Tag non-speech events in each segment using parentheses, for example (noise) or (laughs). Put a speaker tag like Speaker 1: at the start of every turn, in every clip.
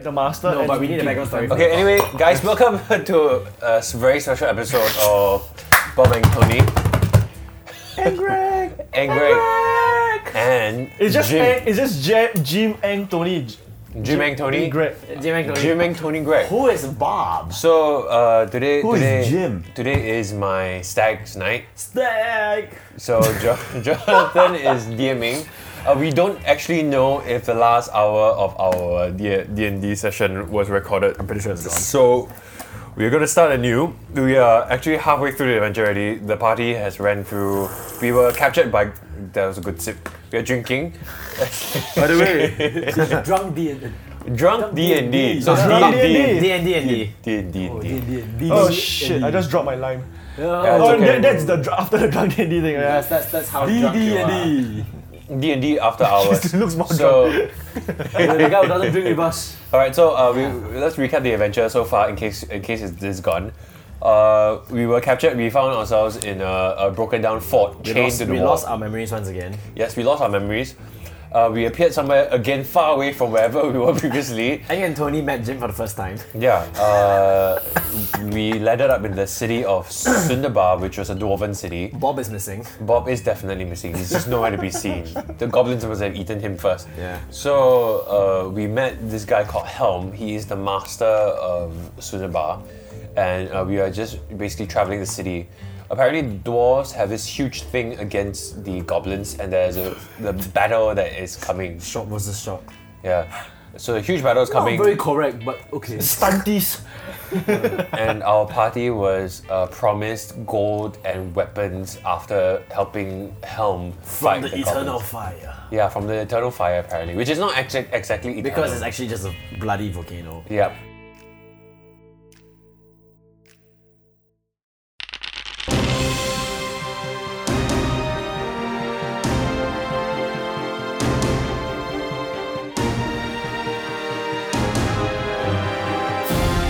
Speaker 1: the master.
Speaker 2: No,
Speaker 1: and
Speaker 2: but we need a
Speaker 1: Vicky.
Speaker 2: background story.
Speaker 3: Okay, anyway, guys, welcome (laughs) to a s- very special episode of Bob and Tony.
Speaker 2: And Greg.
Speaker 3: (laughs) And Greg. And
Speaker 1: It's just
Speaker 3: Jim.
Speaker 1: Ang, it's just Ja- Jim and Tony. J-
Speaker 3: Jim and Tony.
Speaker 1: and Greg.
Speaker 2: Jim and Tony.
Speaker 3: Jim and Tony Greg.
Speaker 2: Who is Bob?
Speaker 3: So uh, today,
Speaker 4: Who is
Speaker 3: today,
Speaker 4: Jim?
Speaker 3: today is my stag's night.
Speaker 2: Stag.
Speaker 3: So jo- (laughs) Jonathan is DMing. Uh, we don't actually know if the last hour of our D and D session was recorded. I'm pretty sure it's gone. So we're gonna start anew. We are actually halfway through the adventure already. The party has ran through. We were captured by. That was a good sip. We are drinking
Speaker 4: By the way,
Speaker 2: Drunk D and
Speaker 3: drunk D and D. So
Speaker 1: Drunk
Speaker 3: D
Speaker 1: D&D.
Speaker 2: and D and D.
Speaker 3: and D and D.
Speaker 1: Oh shit! I just dropped my lime.
Speaker 3: Yeah,
Speaker 1: Oh,
Speaker 3: it's okay.
Speaker 1: that, that's the dr- after the drunk D&D thing. Yeah.
Speaker 2: That's that's that's how
Speaker 4: D
Speaker 2: drunk
Speaker 4: D
Speaker 2: you are.
Speaker 4: and D.
Speaker 3: D and D after (laughs) hours.
Speaker 1: It looks more drunk.
Speaker 3: So.
Speaker 2: the guy who doesn't drink with us.
Speaker 3: All right, so uh, we, let's recap the adventure so far in case in case it's, it's gone. Uh, we were captured. We found ourselves in a, a broken down fort,
Speaker 2: We
Speaker 3: chained
Speaker 2: lost,
Speaker 3: to the
Speaker 2: we
Speaker 3: wall.
Speaker 2: lost our memories once again.
Speaker 3: yes, we lost our memories. Uh, we appeared somewhere again, far away from wherever (laughs) we were previously.
Speaker 2: Ang and Tony met Jim for the first time.
Speaker 3: Yeah, uh, we landed up in the city of Sundabar, which was a dwarven city.
Speaker 2: Bob is missing.
Speaker 3: Bob is definitely missing. He's just nowhere to be
Speaker 2: (laughs)
Speaker 3: seen. The goblins must have eaten him first.
Speaker 2: Yeah.
Speaker 3: So uh, we met this guy called Helm. He is the master of Sunabar, and uh, we are just basically traveling the city. Apparently, dwarves have this huge thing against the goblins, and there's a the battle that is coming.
Speaker 2: Shock was a shock.
Speaker 3: Yeah. So a huge battle is coming,
Speaker 2: Not very correct, but okay.
Speaker 1: Stunties.
Speaker 3: and our party was uh, promised gold and weapons after helping Helm
Speaker 2: From
Speaker 3: fight
Speaker 2: the,
Speaker 3: goblins.
Speaker 2: eternal fire.
Speaker 3: Yeah, from the eternal fire apparently, which is not exact, exactly eternal.
Speaker 2: Because it's actually just a bloody volcano.
Speaker 3: yeah. So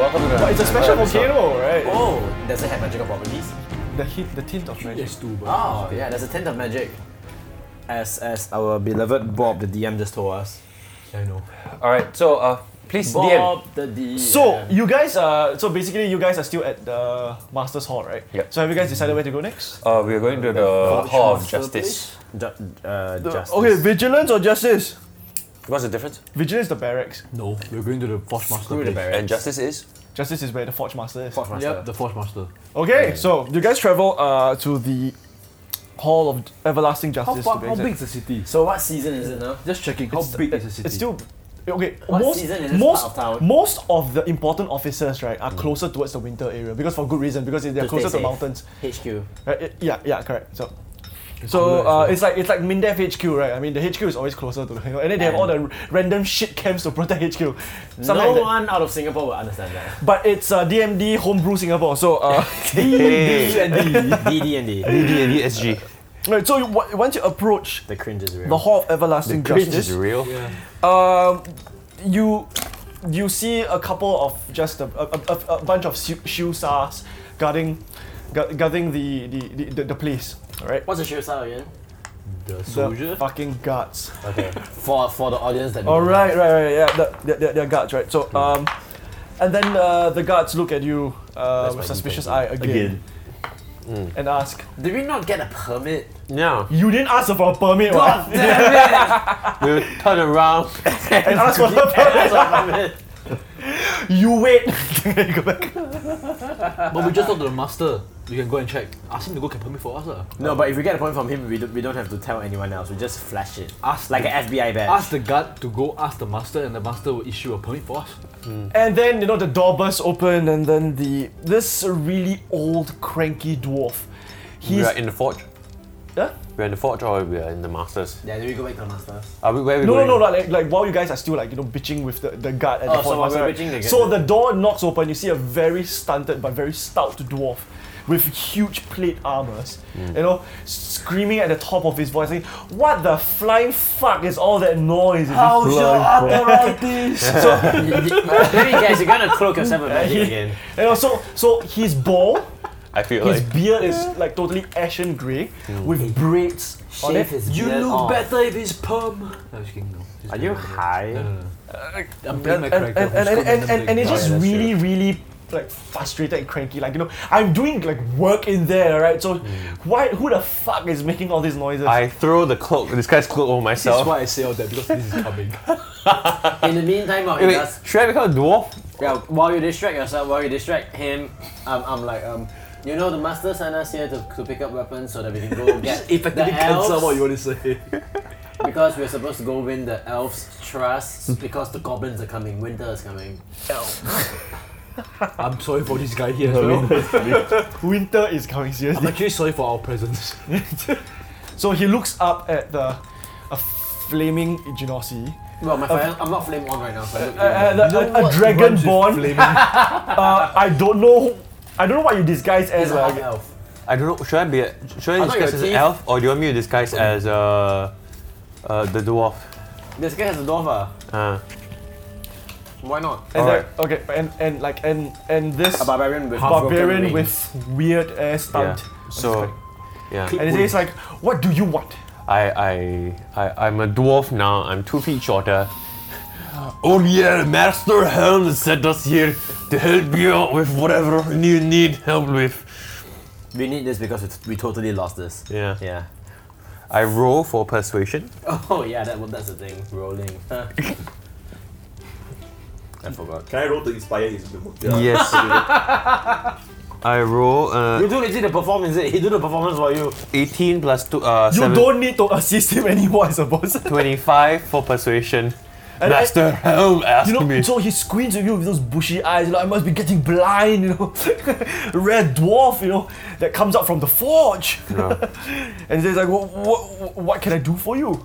Speaker 3: welcome to the.
Speaker 1: But Oh, it's a special
Speaker 3: episode.
Speaker 1: volcano, right?
Speaker 2: Oh, does it have magical properties?
Speaker 1: The hit, the tint of
Speaker 5: er
Speaker 1: magic.
Speaker 2: Oh, yeah, there's a tint of magic. As as our beloved Bob, the DM, just told us. I know.
Speaker 3: All right, so uh, please DM.
Speaker 2: Bob, the DM.
Speaker 1: So you guys are so basically you guys are still at the Masters Hall, right?
Speaker 3: Yep.
Speaker 1: So have you guys decided where to go next?
Speaker 3: Uh, we are going to the Hall of Justice.
Speaker 2: Ju- uh, justice.
Speaker 1: Okay, vigilance or justice?
Speaker 3: What's the difference?
Speaker 1: Vigilance is the barracks.
Speaker 5: No, we're going to the Forge Master.
Speaker 2: Screw the
Speaker 5: place.
Speaker 2: barracks.
Speaker 3: And justice is.
Speaker 1: Justice is where the Forge Master is.
Speaker 2: Forge Master.
Speaker 5: Yep, the Forge Master.
Speaker 1: Okay, so you guys travel uh, to the Hall of Everlasting
Speaker 5: How,
Speaker 1: Justice.
Speaker 5: far,
Speaker 1: to be
Speaker 5: how
Speaker 1: exact.
Speaker 5: big is the city?
Speaker 2: So what season is it now?
Speaker 5: Just checking. How big is the city?
Speaker 1: It's still okay.
Speaker 2: What
Speaker 1: most
Speaker 2: season is this
Speaker 1: most
Speaker 2: part of town?
Speaker 1: most of the important officers right are closer towards the winter area because for good reason because they're
Speaker 2: To stay
Speaker 1: closer to
Speaker 2: safe.
Speaker 1: mountains.
Speaker 2: HQ.
Speaker 1: Right? it- yeah, yeah, correct. So. So uh, it's like it's like Mindef HQ, right? I mean, the HQ is always closer to the and then they have all the r- random shit camps to protect HQ. Something
Speaker 2: no
Speaker 1: like that.
Speaker 2: one out of Singapore will understand (laughs) that.
Speaker 1: But it's uh, DMD Homebrew Singapore. So
Speaker 2: (laughs)
Speaker 1: uh, (laughs)
Speaker 3: Hey.
Speaker 2: DD and D.
Speaker 3: DDSG.
Speaker 1: right, so you, wa- once you approach
Speaker 2: (laughs) The cringe is real.
Speaker 1: the Hall of Everlasting Justice,
Speaker 3: real.
Speaker 1: um, you you see a couple of just a, a, a, a bunch of Shu- Shusas guarding gu- guarding the the, the, the, the place. Alright?
Speaker 2: What's the show style again?
Speaker 5: the
Speaker 1: The
Speaker 5: (laughs) soldier.
Speaker 1: fucking guards.
Speaker 2: Okay. for for the audience that.
Speaker 1: Alright, right, right, yeah. The, the, the, they're guards, right? So um and then uh, the guards look at you uh,
Speaker 2: my
Speaker 1: with suspicious eye again, and ask,
Speaker 2: Did we not get a (laughs) permit?
Speaker 3: Now
Speaker 1: You didn't ask for a permit, what?
Speaker 2: God damn it!
Speaker 3: we'll turn around.
Speaker 1: (laughs) And ask for a permit.
Speaker 2: That's a permit.
Speaker 1: (laughs) You wait. Then you go back.
Speaker 5: But we just talked to the master. We can go and check. Ask him to go get permit for us. Uh.
Speaker 2: No, but if we get a point from him, we don't, we don't have to tell anyone else. We just flash it.
Speaker 5: Ask
Speaker 2: like
Speaker 5: the,
Speaker 2: an FBI badge.
Speaker 5: Ask the guard to go ask the master, and the master will issue a permit for us.
Speaker 1: And then you know the door bursts open, and then the this really old cranky dwarf.
Speaker 3: We
Speaker 1: He's
Speaker 3: are in the forge.
Speaker 1: Huh?
Speaker 3: We're in the forge or we are in the masters.
Speaker 2: yeah, then we go back to the masters.
Speaker 3: Are we where are we
Speaker 1: no, no,
Speaker 3: going?
Speaker 1: no, no, like, like while you guys are still like you know bitching with the, the guard at
Speaker 2: Oh,
Speaker 1: the
Speaker 2: so
Speaker 1: hall
Speaker 2: while
Speaker 1: master,
Speaker 2: we're
Speaker 1: right?
Speaker 2: bitching, they get
Speaker 1: So
Speaker 2: it.
Speaker 1: the door knocks open. You see a very stunted but very stout dwarf with huge plate armors.
Speaker 2: Hmm.
Speaker 1: You know, screaming at the top of his voice, saying, "What the flying fuck is all that noise?"
Speaker 2: your (laughs) authorities? so, let me guess, you're gonna cloak yourself with magic again.
Speaker 1: And also, so his ball.
Speaker 3: I feel
Speaker 1: His
Speaker 3: like
Speaker 1: beard is like totally ashen grey
Speaker 5: Mm.
Speaker 1: with braids on it.
Speaker 2: Shave his beard off.
Speaker 5: better if it's perm. No, just kidding, no. Just
Speaker 2: Oh. Are
Speaker 5: kidding,
Speaker 2: you
Speaker 5: no, no.
Speaker 2: high?
Speaker 5: No, no, no. I'm playing
Speaker 1: and,
Speaker 5: my
Speaker 1: and, and,
Speaker 5: character.
Speaker 1: and, and, and, and, and it
Speaker 3: Oh, yeah,
Speaker 1: just
Speaker 3: that's
Speaker 1: really, really like frustrated and cranky. Like, you know, I'm doing like work in there, right? So
Speaker 5: Mm.
Speaker 1: why who the fuck is making all these noises?
Speaker 3: I throw the cloak, this guy's cloak over
Speaker 5: This is
Speaker 3: myself.
Speaker 5: why I say all that because this is coming.
Speaker 2: In the meantime, while
Speaker 3: Wait,
Speaker 2: he
Speaker 3: wait,
Speaker 2: does,
Speaker 3: should I become a dwarf?
Speaker 2: yeah, while you distract yourself, while you distract him, um, I'm like, um, you know, the master sent us here to, to pick up weapons so that we can go get the
Speaker 5: Effectively cancel
Speaker 2: elves
Speaker 5: what you want to say.
Speaker 2: because we're supposed to go win the elves' trust because the goblins are coming, winter is coming.
Speaker 5: I'm sorry for this guy here as well.
Speaker 1: Winter is coming
Speaker 5: I'm
Speaker 1: seriously.
Speaker 5: actually sorry for our
Speaker 2: (laughs)
Speaker 5: presence.
Speaker 1: so he looks up at the a flaming Genossi.
Speaker 2: Well, my fire, I'm not flame on right now, so I look
Speaker 1: Uh, the-
Speaker 5: You know
Speaker 1: a, a
Speaker 5: what
Speaker 1: dragon
Speaker 5: runs with
Speaker 1: born. (laughs) uh, I don't know. Who, I don't know what you disguise as.
Speaker 2: he's a half
Speaker 1: Like,
Speaker 2: elf.
Speaker 3: I don't know, should I be a, should I
Speaker 2: I thought you
Speaker 3: disguise
Speaker 2: were
Speaker 3: as
Speaker 2: a
Speaker 3: an
Speaker 2: thief.
Speaker 3: elf or do you want me to disguise as uh, uh, the dwarf?
Speaker 2: This guy has a dwarf, ah.
Speaker 3: Uh,
Speaker 2: Why not?
Speaker 1: and
Speaker 3: alright.
Speaker 1: like, okay, and and like and and this
Speaker 2: A barbarian with
Speaker 1: barbarian
Speaker 2: broken wings.
Speaker 1: with weird ass
Speaker 3: yeah.
Speaker 1: stunt.
Speaker 3: So, yeah.
Speaker 2: (laughs)
Speaker 1: And he says like, "What do you want?"
Speaker 3: I, I, I, I'm a dwarf now. I'm two feet shorter. Oh yeah, Master Helm sent us here to help you out with whatever you need help with.
Speaker 2: We need this because we, we totally lost this.
Speaker 3: Yeah.
Speaker 2: Yeah.
Speaker 3: I roll for persuasion.
Speaker 2: Oh yeah, that well, that's the thing. Rolling. (laughs) I forgot.
Speaker 6: Can I roll to inspire his mood?
Speaker 3: Yes. I roll uh,
Speaker 2: You do is it the performance? Is it? He do the performance for you.
Speaker 3: 18 plus two, uh,
Speaker 1: You
Speaker 3: seven-
Speaker 1: don't need to assist him (laughs) anymore, I suppose.
Speaker 3: 25 for persuasion.
Speaker 1: And I-
Speaker 3: Master Helm asked
Speaker 1: You know,
Speaker 3: me.
Speaker 1: so he squints at you with those bushy eyes. Like I must be getting blind, you know. (laughs) Red dwarf, you know, that comes out from the forge.
Speaker 3: No.
Speaker 1: (laughs) And he's like, what, what, what can I do for you?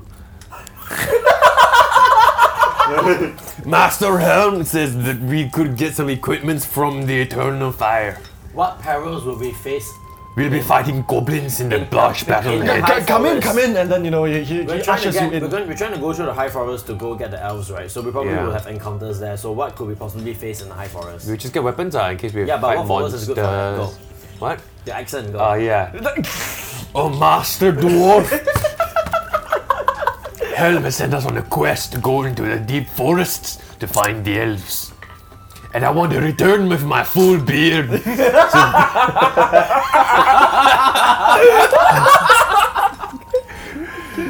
Speaker 3: Master Helm says that we could get some equipments from the Eternal Fire.
Speaker 2: What perils will we face?
Speaker 3: We'll be fighting goblins in the Blush
Speaker 1: "C-
Speaker 3: Battlehead.
Speaker 2: High
Speaker 1: come in,
Speaker 2: forest.
Speaker 1: come in, and then you know he, he,
Speaker 2: We're
Speaker 1: he
Speaker 2: trying to
Speaker 1: ushers
Speaker 2: get,
Speaker 1: you
Speaker 2: we're,
Speaker 1: in.
Speaker 2: going, we're trying to go through the high forest to go get the elves, right? So we probably
Speaker 3: Yeah.
Speaker 2: will have encounters there. So what could we possibly face in the high forest?
Speaker 3: We just get weapons uh, in case we
Speaker 2: Yeah, but
Speaker 3: fight
Speaker 2: what follows
Speaker 3: monsters.
Speaker 2: is good for that, go.
Speaker 3: What?
Speaker 2: the accent, go.
Speaker 3: Oh yeah. oh, Master Dwarf. Helm has sent us on a quest to go into the deep forests to find the elves. And I want to return with my full beard. (laughs) so,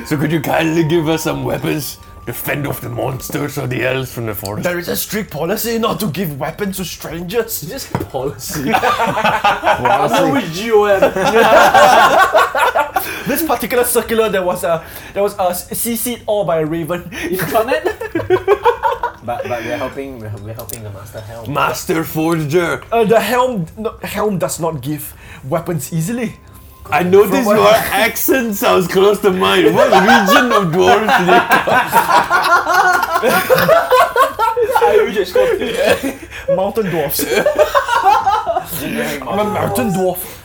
Speaker 3: So could you kindly give us some weapons to fend off the monsters or the elves from the
Speaker 1: (laughs)
Speaker 3: forest?
Speaker 1: There is a strict policy not to give weapons to strangers. (laughs)
Speaker 5: Just policy. I'm with GOM.
Speaker 1: This particular circular, there was a, there was a CC'd all by a raven.
Speaker 2: (laughs)
Speaker 5: Intranet?
Speaker 2: But but we're helping we're, we're helping the master (laughs) help.
Speaker 3: Master Forger,
Speaker 1: Uh, the helm, no, helm does not give weapons easily.
Speaker 3: I noticed
Speaker 1: From what-
Speaker 3: your accent sounds close to mine. What region of dwarves do they
Speaker 5: I just got
Speaker 1: Mountain
Speaker 6: (laughs)
Speaker 1: dwarfs. I'm a mountain dwarf.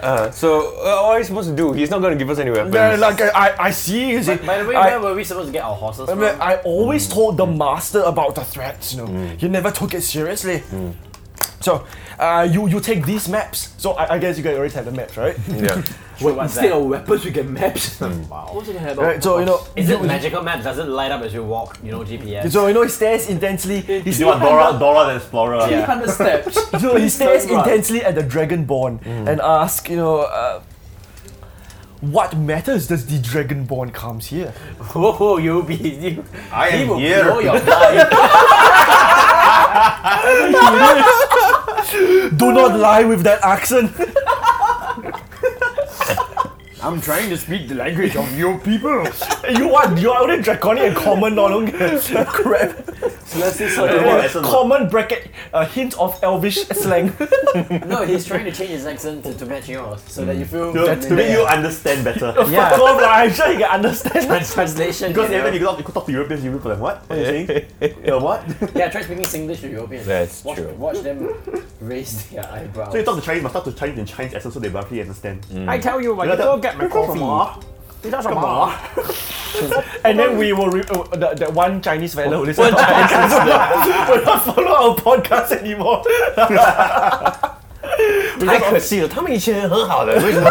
Speaker 3: Uh, so, uh, what are you supposed to do? He's not going to give us any weapons.
Speaker 1: Yeah, Uh, like I, I- I see. You see
Speaker 2: By the way,
Speaker 1: I,
Speaker 2: where were we supposed to get our horses
Speaker 1: I,
Speaker 2: from?
Speaker 1: mean, I always told the master about the threats. You know,
Speaker 6: Mm.
Speaker 1: he never took it seriously. So, uh, you you take these maps. So I, I guess you guys already have the maps, right?
Speaker 3: yeah.
Speaker 2: Wait, what's
Speaker 5: Instead
Speaker 2: that? Hmm.
Speaker 5: of weapons, we get maps. (laughs) wow. What's it have?
Speaker 1: right. So you know,
Speaker 2: Is it magical map? Does it light up as you walk? You know GPS.
Speaker 1: so you know, he stares intensely. He
Speaker 6: You want
Speaker 1: stares,
Speaker 6: (laughs) Dora, Dora the Explorer?
Speaker 2: Yeah.
Speaker 5: 300 steps.
Speaker 1: so he stares
Speaker 5: turn right.
Speaker 1: intensely at the dragonborn
Speaker 6: Mm.
Speaker 1: and asks, you know. Uh, what matters does the dragonborn comes here?
Speaker 2: (laughs) Whoa, you be you.
Speaker 6: I
Speaker 2: he will
Speaker 6: am here.
Speaker 2: blow
Speaker 6: (laughs)
Speaker 2: your mind.
Speaker 1: Do not lie with that accent.
Speaker 2: (laughs) I'm trying to speak the language of your people.
Speaker 1: (laughs) You what? You're only draconic and common, no longer
Speaker 2: (laughs)
Speaker 1: crap.
Speaker 2: Let's see
Speaker 6: Uh,
Speaker 2: something.
Speaker 6: what accent?
Speaker 1: Common bracket, a hint of elvish
Speaker 2: (laughs)
Speaker 1: slang.
Speaker 2: No, he's trying to change his accent to, to match yours, so that you feel.
Speaker 6: To, to make you understand better. Because
Speaker 1: Yeah. So I'm, like, I'm sure you can understand.
Speaker 2: translation.
Speaker 6: every
Speaker 2: you know.
Speaker 6: time you talk, you talk to Europeans, you people like, what? What are
Speaker 2: (laughs)
Speaker 6: you saying? yeah, what? so
Speaker 2: yeah, try speaking Singlish to Europeans.
Speaker 3: That's
Speaker 2: watch,
Speaker 3: true.
Speaker 2: Watch them raise their eyebrows.
Speaker 6: you talk to Chinese, must talk to Chinese in Chinese accent so they roughly understand.
Speaker 2: I tell you,
Speaker 6: You
Speaker 2: when
Speaker 6: know,
Speaker 2: you Hmm. go
Speaker 6: that-
Speaker 2: get my
Speaker 6: Come on,
Speaker 2: coffee,
Speaker 6: Ma.
Speaker 2: it doesn't
Speaker 6: Come
Speaker 2: matter.
Speaker 6: on.
Speaker 1: (laughs) And then we will re- uh, that, that one Chinese fellow who listens
Speaker 6: (laughs)
Speaker 1: to our podcast will not follow our podcast anymore. (laughs)
Speaker 3: I could see 他们以前很好的，为什么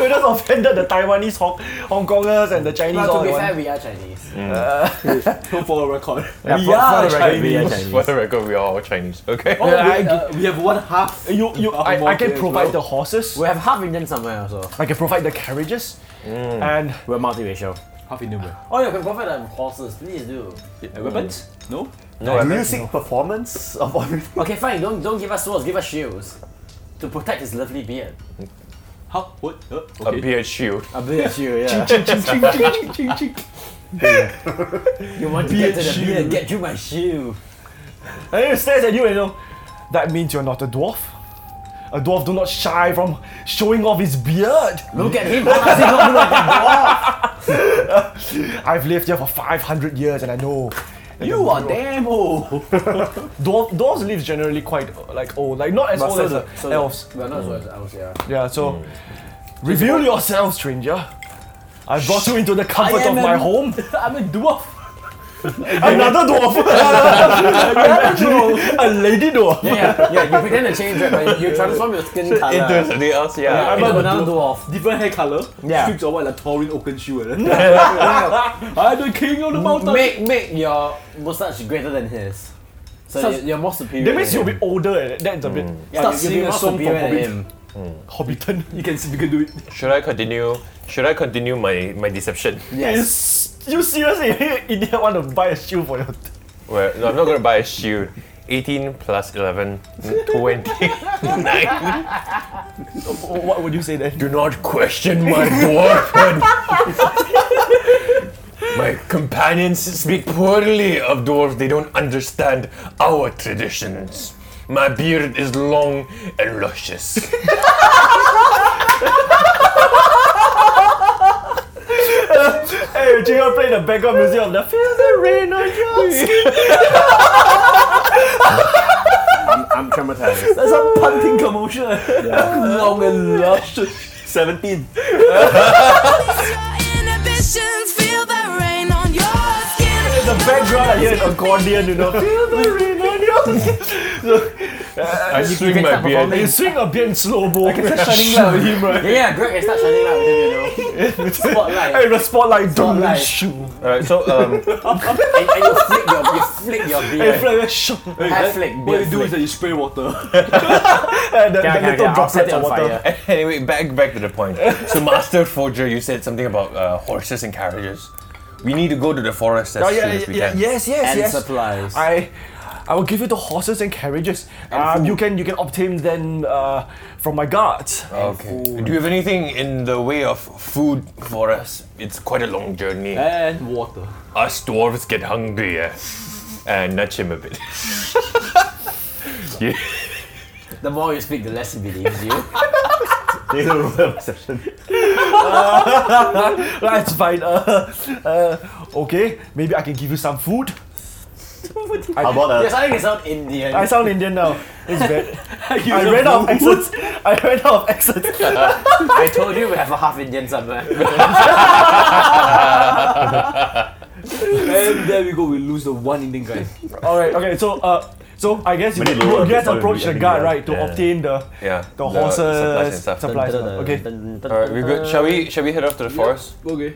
Speaker 1: we just offended the Taiwanese, Hong, Hong Kongers, and the Chinese
Speaker 2: Well,
Speaker 1: all
Speaker 2: to
Speaker 1: in
Speaker 2: be
Speaker 1: one.
Speaker 2: fair, we are Chinese.
Speaker 5: for a record.
Speaker 1: Yeah,
Speaker 7: We
Speaker 1: for-
Speaker 7: are
Speaker 1: for the record, we are
Speaker 7: Chinese.
Speaker 3: (laughs)
Speaker 6: (laughs)
Speaker 3: For the record, we are all Chinese, okay?
Speaker 1: Oh,
Speaker 2: Yeah,
Speaker 1: we-
Speaker 2: I-
Speaker 5: We have one half.
Speaker 1: You, you, I, I can
Speaker 2: Ang Mo
Speaker 1: provide
Speaker 2: as well.
Speaker 1: the horses.
Speaker 2: We have half Indian somewhere also.
Speaker 1: I can provide the carriages. And
Speaker 2: We're multiracial.
Speaker 5: Half Indian way.
Speaker 2: Oh, you can profit on horses. Please do.
Speaker 5: Uh, Weapons? No?
Speaker 3: No, I mean,
Speaker 7: Music performance of our
Speaker 2: Okay, fine. Don't don't give us swords. Give us shields to protect his lovely beard.
Speaker 5: How? What? Uh,
Speaker 3: a
Speaker 5: okay.
Speaker 3: beard shield.
Speaker 2: A beard shield, yeah. You want to get to the beard? Get you my shield.
Speaker 1: And then it stares at you and you know, that means you're not a dwarf. A dwarf do not shy from showing off his beard.
Speaker 2: Look at him. How does he not look like a dwarf?
Speaker 1: I've lived here for 500 years and I know.
Speaker 5: You are damn old.
Speaker 1: Dwarf, dwarves live generally quite uh, like old, like not as old as the elves.
Speaker 2: Well, not swords. Elves, yeah.
Speaker 1: Yeah, so reveal yourself, stranger. I brought you into the comfort of
Speaker 5: am
Speaker 1: my
Speaker 5: a-
Speaker 1: home.
Speaker 5: (laughs) I'm a dwarf.
Speaker 1: (laughs) Another
Speaker 5: (laughs)
Speaker 1: dwarf, (laughs) a lady dwarf.
Speaker 2: Yeah, yeah, you pretend to change it, but you transform your skin color.
Speaker 3: Into something else, yeah.
Speaker 2: I'm
Speaker 1: I'm a
Speaker 2: another dwarf.
Speaker 5: (laughs) Different hair color.
Speaker 2: Yeah.
Speaker 5: Strips or what like Torin Oakenshield. like that. I'm the king of the mountain.
Speaker 2: Make make your mustache greater than his. So,
Speaker 5: So-
Speaker 2: you're, you're more superior.
Speaker 1: That means
Speaker 2: than
Speaker 1: you'll
Speaker 2: him.
Speaker 1: be older. eh, That's a bit
Speaker 2: yeah,
Speaker 5: start
Speaker 2: you'll
Speaker 5: singing
Speaker 2: be
Speaker 5: a
Speaker 2: more
Speaker 5: song for
Speaker 2: superior than
Speaker 5: Hobbit.
Speaker 2: him.
Speaker 1: Hobbiton.
Speaker 5: You can see we can do it.
Speaker 3: Should I continue? Should I continue my, my deception?
Speaker 1: You,
Speaker 2: Yes.
Speaker 1: s- you seriously (laughs) India want to buy a shoe for your
Speaker 3: Well, no, I'm not gonna buy a shield. 18 plus 11, 29.
Speaker 1: What would you say then?
Speaker 3: (laughs) Do not question my dwarfhood. (laughs) my companions speak poorly of dwarves. They don't understand our traditions. My beard is long
Speaker 6: (laughs)
Speaker 3: and luscious.
Speaker 1: Hey, do you play the background music of the Feel the Rain on Your
Speaker 7: I'm traumatized.
Speaker 5: That's a punting commotion. Long and luscious.
Speaker 7: 17.
Speaker 8: Inhibitions, feel the rain on your skin.
Speaker 1: The background I hear an accordion, you know. Feel the rain on your skin.
Speaker 3: I swing
Speaker 2: can
Speaker 3: my
Speaker 2: start
Speaker 3: beard.
Speaker 1: You swing a bit in slow mo.
Speaker 5: Shining light with him, right?
Speaker 2: Yeah, yeah, Greg can start shining light with him, you (laughs) know. Spotlight.
Speaker 1: Hey, the spotlight, don't
Speaker 2: Spotlight.
Speaker 1: shoo.
Speaker 3: Alright, so um, (laughs)
Speaker 2: and, and you flick your you flick your
Speaker 1: Hey,
Speaker 2: beard.
Speaker 1: flag, shoo.
Speaker 5: Hey,
Speaker 2: Hair
Speaker 5: that-
Speaker 2: flick,
Speaker 5: (laughs) what
Speaker 2: beard
Speaker 5: you do
Speaker 2: flick.
Speaker 5: is that you spray
Speaker 2: (laughs)
Speaker 5: water.
Speaker 1: And the, the
Speaker 2: Okay, okay,
Speaker 1: little
Speaker 2: I'll set
Speaker 1: droplets
Speaker 2: it
Speaker 1: of
Speaker 2: on
Speaker 1: water.
Speaker 2: fire.
Speaker 3: anyway, back back to the point. So, Master Forger, you said something about uh, horses and carriages. We need to go to the forest as
Speaker 1: Oh,
Speaker 3: soon
Speaker 1: yeah,
Speaker 3: as
Speaker 1: yeah,
Speaker 3: we
Speaker 1: yeah,
Speaker 3: can.
Speaker 1: yes, yes,
Speaker 2: And
Speaker 1: yes.
Speaker 2: supplies.
Speaker 1: I, I will give you the horses and carriages. um, you can you can obtain them uh, from my guards.
Speaker 3: Okay. Do you have anything in the way of food for us? It's quite a long journey.
Speaker 5: And water.
Speaker 3: us dwarves get hungry, eh? And nudge him a bit. (laughs) yeah.
Speaker 2: The more you speak, the less he believes (laughs) you.
Speaker 7: There's a rule of obsession.
Speaker 1: (laughs) That's fine. Uh, uh, okay, maybe I can give you some food.
Speaker 7: How about
Speaker 2: You're
Speaker 7: a
Speaker 2: starting to sound Indian.
Speaker 1: I sound Indian now. It's bad. I ran out of accents. I ran out of accents.
Speaker 2: I told
Speaker 1: (laughs)
Speaker 2: you we have a half Indian somewhere.
Speaker 5: And there we go, we lose the one Indian guy.
Speaker 1: All right. Okay. So, uh, so I guess you,
Speaker 7: But it
Speaker 1: you
Speaker 7: lower
Speaker 1: guys
Speaker 7: before
Speaker 1: approach
Speaker 7: we-
Speaker 1: the guard
Speaker 7: yeah.
Speaker 1: right to
Speaker 3: Yeah.
Speaker 1: obtain the
Speaker 3: yeah.
Speaker 1: the, horses
Speaker 3: supplies and stuff.
Speaker 1: (laughs) supplies. Okay.
Speaker 3: Alright, we're good. Shall we shall we head off to the forest?
Speaker 5: Okay.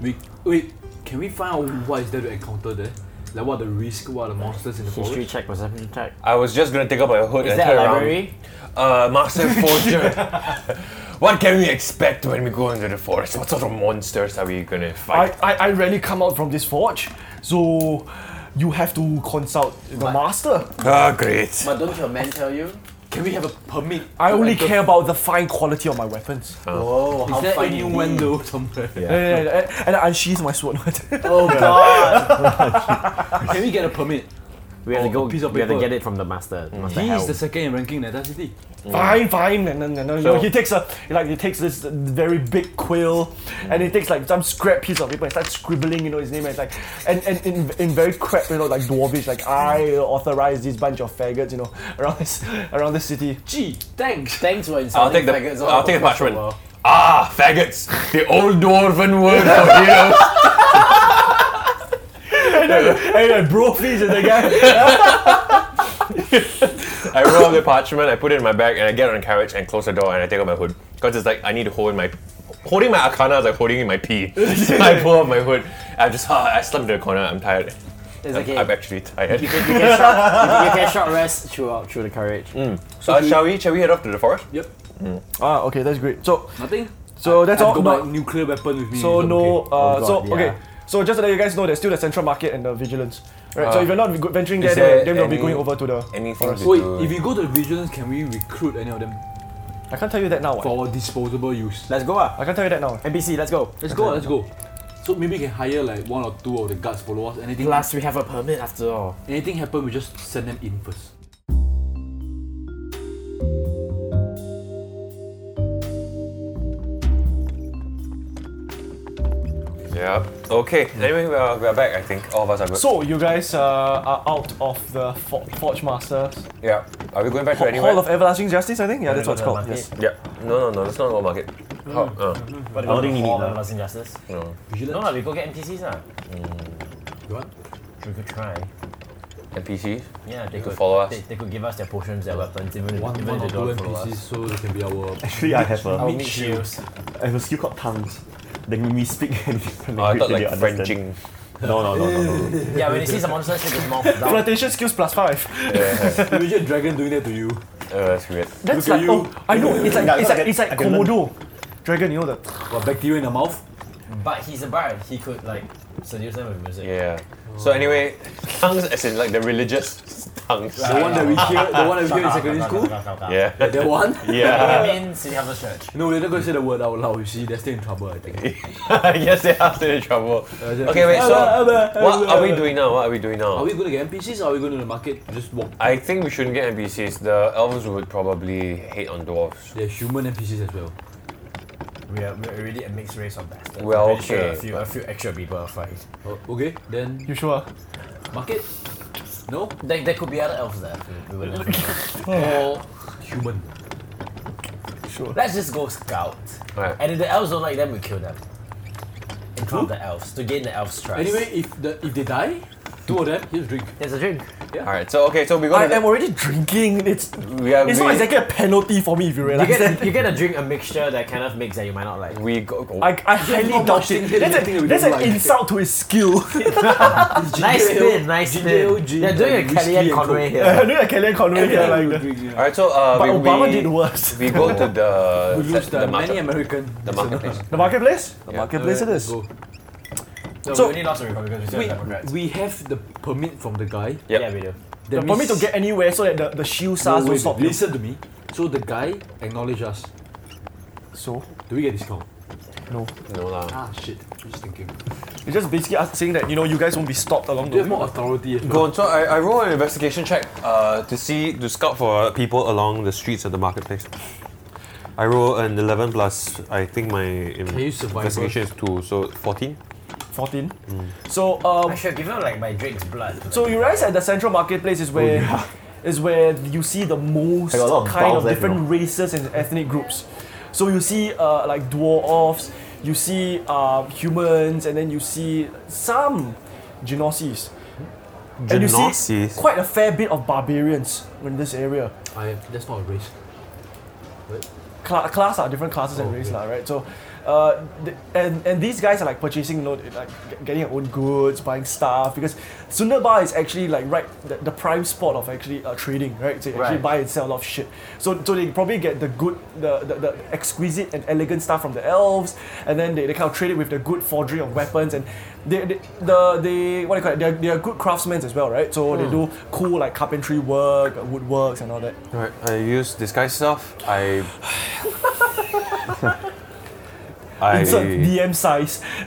Speaker 5: We wait. Can we find out what is there to encounter there? Like what are the risk? What are the monsters in the
Speaker 2: History
Speaker 5: forest?
Speaker 2: check, perception check.
Speaker 3: I was just gonna take up my hood
Speaker 2: Is
Speaker 3: and
Speaker 2: that
Speaker 3: turn
Speaker 2: a
Speaker 3: around.
Speaker 2: library?
Speaker 3: Uh Master Forger. (laughs) what can we expect when we go into the forest? What sort of monsters are we gonna
Speaker 1: I,
Speaker 3: fight?
Speaker 1: I I rarely come out from this forge, so you have to consult the master.
Speaker 3: Ah, great.
Speaker 2: But don't your men tell you?
Speaker 5: Can we have a permit?
Speaker 1: I
Speaker 5: to
Speaker 1: only
Speaker 5: enter-
Speaker 1: care about the fine quality of my weapons.
Speaker 2: Oh, how
Speaker 5: Is there
Speaker 2: funny.
Speaker 5: any window (laughs) somewhere?
Speaker 1: And, and, and I unsheathe my sword. (laughs)
Speaker 2: Oh god!
Speaker 5: Can we get a permit?
Speaker 2: we have to
Speaker 5: Oh,
Speaker 2: go.
Speaker 5: a piece of
Speaker 2: we have to
Speaker 5: paper.
Speaker 2: get it from the master. master
Speaker 5: He is
Speaker 2: Hal.
Speaker 5: the second in ranking in Atlanta City.
Speaker 1: fine, fine. And then, and then, you know, he takes a like he takes this very big quill, and he takes like some scrap piece of paper and starts scribbling, you know, his name and it's like, and and in, in very crap, you know, like dwarvish, like I authorize this bunch of faggots, you know, (laughs) around this around this city.
Speaker 5: Gee, thanks.
Speaker 2: Thanks for insulting
Speaker 3: I'll take the
Speaker 2: faggots all
Speaker 3: I'll take the
Speaker 2: across
Speaker 3: parchment.
Speaker 2: world.
Speaker 3: Ah, faggots! The old dwarven word
Speaker 9: (laughs)
Speaker 3: for heroes!
Speaker 1: and then bro fees and the guy.
Speaker 3: I roll up the parchment, I put it in my bag, and I get on the carriage and close the door and I take out my hood.
Speaker 9: Because it's like I need to hold in my holding my arcana is like holding in
Speaker 3: (laughs)
Speaker 9: my pee. I pull up my hood. I just ah, I slump to the corner. I'm tired.
Speaker 2: It's
Speaker 9: I'm,
Speaker 2: okay.
Speaker 9: I'm actually tired.
Speaker 2: you, (laughs) can, you, can short, you, you can short rest throughout through the courage.
Speaker 9: So uh, shall we? Shall we head off to the forest?
Speaker 5: Yep.
Speaker 1: Ah, okay, that's great. So,
Speaker 5: Nothing.
Speaker 1: so that's
Speaker 5: I
Speaker 1: all.
Speaker 5: got
Speaker 1: no-
Speaker 5: my nuclear weapon with me.
Speaker 10: Mm,
Speaker 1: So
Speaker 5: Okay.
Speaker 10: Oh,
Speaker 1: no, uh,
Speaker 2: Oh, God,
Speaker 1: so
Speaker 2: yeah.
Speaker 1: okay. So just to let you guys know, there's still the central market and the vigilance. Right. so
Speaker 9: Uh,
Speaker 1: if you're not go- venturing there,
Speaker 9: is
Speaker 1: then,
Speaker 9: there
Speaker 1: then we'll be
Speaker 9: any-
Speaker 1: going over to the.
Speaker 9: Anything to
Speaker 5: Wait,
Speaker 9: do?
Speaker 5: if you go to the vigilance, can we recruit any of them
Speaker 1: I can't tell you that now. what?
Speaker 5: for disposable use?
Speaker 2: Let's go ah.
Speaker 1: I can't tell you that now.
Speaker 2: NPC, let's go.
Speaker 5: Let's go, let's go. So maybe you can hire like one or two of the guards follow us. Anything
Speaker 2: Plus, we have a permit after all.
Speaker 5: anything happen, we just send them in first.
Speaker 9: yeah. Okay. Anyway, we are, we are back. I think all of us are good.
Speaker 1: So you guys uh, are out of the Fo- Forge Masters
Speaker 9: yeah. Are we going back to
Speaker 1: Ho-
Speaker 9: anywhere?
Speaker 1: Hall of Everlasting Justice. I think yeah, that's what it's
Speaker 2: go to
Speaker 1: called.
Speaker 2: the
Speaker 1: Yes.
Speaker 9: yeah. No, no, no. That's not old market.
Speaker 1: Mm.
Speaker 9: How, uh,
Speaker 2: But
Speaker 10: don't think you need that.
Speaker 2: Lost Injustice.
Speaker 9: no.
Speaker 2: No
Speaker 5: Vigilance.
Speaker 2: lah, we go get NPCs lah.
Speaker 5: You want?
Speaker 2: We could try.
Speaker 9: NPCs.
Speaker 2: Yeah, they
Speaker 9: could
Speaker 2: could
Speaker 9: follow us.
Speaker 2: They, they could give us their potions, their weapons, even if-
Speaker 5: One,
Speaker 2: even
Speaker 5: one
Speaker 2: if
Speaker 5: or
Speaker 2: they
Speaker 5: two
Speaker 2: don't follow
Speaker 5: NPCs
Speaker 2: us.
Speaker 5: so they can be our.
Speaker 10: (laughs) Actually, I have a,
Speaker 1: (laughs)
Speaker 2: I'll meet shields.
Speaker 10: I have a skill called tongues. Then we speak (laughs) in different
Speaker 9: Oh, I
Speaker 10: language
Speaker 9: thought
Speaker 10: that they
Speaker 9: like Frenching.
Speaker 10: understand. No, no, no, no, no.
Speaker 2: Yeah, when you see some monsters, shake his mouth (laughs) down.
Speaker 1: Flirtation skills plus five.
Speaker 5: (laughs) Imagine a dragon doing that to you.
Speaker 9: Oh, that's weird.
Speaker 1: That's
Speaker 5: Look
Speaker 1: like
Speaker 5: at
Speaker 1: oh, I know. It's like
Speaker 10: Yeah,
Speaker 1: it's
Speaker 10: I
Speaker 1: like
Speaker 10: can-
Speaker 1: it's like
Speaker 10: I can learn.
Speaker 1: Komodo dragon. You know the.
Speaker 5: Got bacteria in the mouth.
Speaker 2: But he's a bard. He could like seduce them with music.
Speaker 9: Yeah. So anyway, tongues as in like the religious tongues.
Speaker 5: The one that we hear, the one that we hear in secondary school.
Speaker 9: Yeah. (laughs)
Speaker 5: That one.
Speaker 9: Yeah. (laughs)
Speaker 2: I mean, City Harvest Church.
Speaker 5: No, they're not gonna say the word out loud. You see, they're still in trouble. I think.
Speaker 9: yes, they are still in trouble.
Speaker 5: yeah.
Speaker 9: Okay,
Speaker 1: (laughs)
Speaker 9: wait. So what are we doing now? What are we doing now?
Speaker 5: Are we gonna get NPCs or are we going to the market to just walk?
Speaker 9: I think we shouldn't get NPCs. The elves would probably hate on dwarves.
Speaker 5: They're human NPCs as well.
Speaker 2: We are, we are already a mixed race of bastards. I'm
Speaker 9: Well,
Speaker 2: pretty sure
Speaker 9: okay,
Speaker 2: a few, a few extra people are fine.
Speaker 5: Oh, okay, then
Speaker 1: You sure?
Speaker 5: market. No,
Speaker 2: There, there could be other elves there. We, we
Speaker 9: (laughs)
Speaker 2: wouldn't know.
Speaker 5: or human.
Speaker 2: Let's just go scout.
Speaker 9: Alright.
Speaker 2: And if the elves don't like them, we kill them. In front of the elves to gain the elves' trust.
Speaker 5: Anyway, if the if they die, two of them here's drink.
Speaker 2: there's a drink.
Speaker 9: All right. So okay. So we
Speaker 1: I
Speaker 9: got.
Speaker 1: am already drinking. It's
Speaker 9: we are.
Speaker 1: it's
Speaker 9: we,
Speaker 1: not exactly a penalty for me if you
Speaker 2: You
Speaker 1: realize
Speaker 2: get,
Speaker 1: that.
Speaker 2: you get a drink, a mixture that kind of mix that you might not like.
Speaker 9: We go. go-
Speaker 1: (laughs) I, I highly
Speaker 5: not much
Speaker 1: doubt
Speaker 5: thing
Speaker 1: it.
Speaker 5: that you
Speaker 1: That's,
Speaker 5: think
Speaker 1: a,
Speaker 5: we
Speaker 1: that's
Speaker 5: don't
Speaker 1: an
Speaker 5: like.
Speaker 1: insult to his
Speaker 5: (laughs)
Speaker 1: skill.
Speaker 2: Nice spin, nice spin.
Speaker 5: gin,
Speaker 2: They're doing
Speaker 5: like
Speaker 2: a Kelly and
Speaker 5: whiskey and
Speaker 2: Conway
Speaker 1: (laughs)
Speaker 5: Coke.
Speaker 1: I
Speaker 5: (laughs)
Speaker 2: here.
Speaker 1: know that Kellyanne Conway
Speaker 9: (laughs)
Speaker 1: here like that.
Speaker 9: all right. So uh,
Speaker 1: But
Speaker 9: we,
Speaker 1: Obama
Speaker 5: (laughs)
Speaker 9: we,
Speaker 1: did worse.
Speaker 9: We go to the
Speaker 5: We lose
Speaker 9: the,
Speaker 5: the, many
Speaker 9: market,
Speaker 5: American. (laughs)
Speaker 9: the marketplace.
Speaker 1: The marketplace? The
Speaker 9: Yeah.
Speaker 1: marketplace it
Speaker 5: Alright,
Speaker 1: is.
Speaker 5: go.
Speaker 2: No,
Speaker 1: So-
Speaker 2: we only lost the Republicans, we still
Speaker 5: Wait,
Speaker 2: have Democrats.
Speaker 5: we have the permit from the guy.
Speaker 9: Yep.
Speaker 2: Yeah, we do.
Speaker 1: The
Speaker 5: That
Speaker 1: permit to
Speaker 5: means-
Speaker 1: get anywhere so that the, the shield
Speaker 5: No,
Speaker 1: stars
Speaker 5: wait,
Speaker 1: will stop you.
Speaker 5: listen to me. So the guy acknowledged us.
Speaker 1: So,
Speaker 5: Do we get discount?
Speaker 9: No lah.
Speaker 5: Ah shit. I'm just thinking.
Speaker 1: it's just basically us saying that, you know, you guys won't be stopped along
Speaker 5: We
Speaker 1: the
Speaker 5: have more
Speaker 1: way.
Speaker 5: authority as well.
Speaker 9: Go on. So I, I roll an investigation check uh, to see to scout for people along the streets of the marketplace. I roll an eleven plus. I think my
Speaker 5: Can you
Speaker 9: in-
Speaker 5: survive?
Speaker 9: investigation is two, so fourteen.
Speaker 1: 14.
Speaker 10: Mm.
Speaker 1: So, um,
Speaker 2: I should give him like my drink's blood.
Speaker 1: so you realize that the central marketplace is where is where you see the most
Speaker 10: I got Oh, a lot of
Speaker 1: kind of
Speaker 10: dolls left,
Speaker 1: different
Speaker 10: you know.
Speaker 1: races and ethnic groups. So you see uh, like dwarves, you see uh, humans, and then you see some genocides. And you see
Speaker 9: Genocides?
Speaker 1: quite a fair bit of barbarians in this area.
Speaker 5: I, that's not a race.
Speaker 1: cla- class are different classes and race lah, right? So, uh, th- and and these guys are like purchasing, you know, like g- getting their own goods, buying stuff because Sundarbar is actually like right the, the prime spot of actually uh, trading, right? So they actually
Speaker 2: Right.
Speaker 1: buy and sell a lot of shit. So so they probably get the good, the, the, the exquisite and elegant stuff from the elves, and then they, they kind of trade it with the good forgery of weapons and. They, they, the, they, what do you call it? They're, they're good craftsmen as well, right? So they do cool like carpentry work, woodworks, and all that.
Speaker 9: Right, I use disguise stuff. I. (laughs) I.
Speaker 1: Insert DM size. (laughs)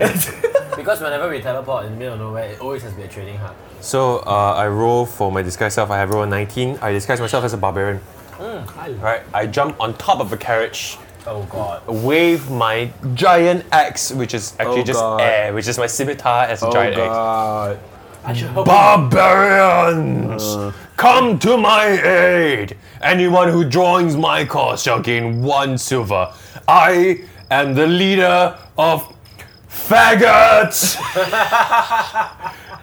Speaker 2: Because whenever we teleport in the middle of nowhere, it always has been a trading hub.
Speaker 9: So uh, I roll for my disguise self. I have rolled a 19. I disguise myself as a barbarian. Right, I jump on top of a carriage,
Speaker 2: Oh god.
Speaker 9: wave my giant axe, which is actually
Speaker 5: Oh,
Speaker 9: just
Speaker 5: God.
Speaker 9: air, which is my scimitar as a giant axe.
Speaker 5: god. I should help.
Speaker 9: Barbarians,
Speaker 10: Uh.
Speaker 9: come to my aid! Anyone who joins my cause shall gain one silver. I
Speaker 10: (laughs)
Speaker 9: am the leader of faggots.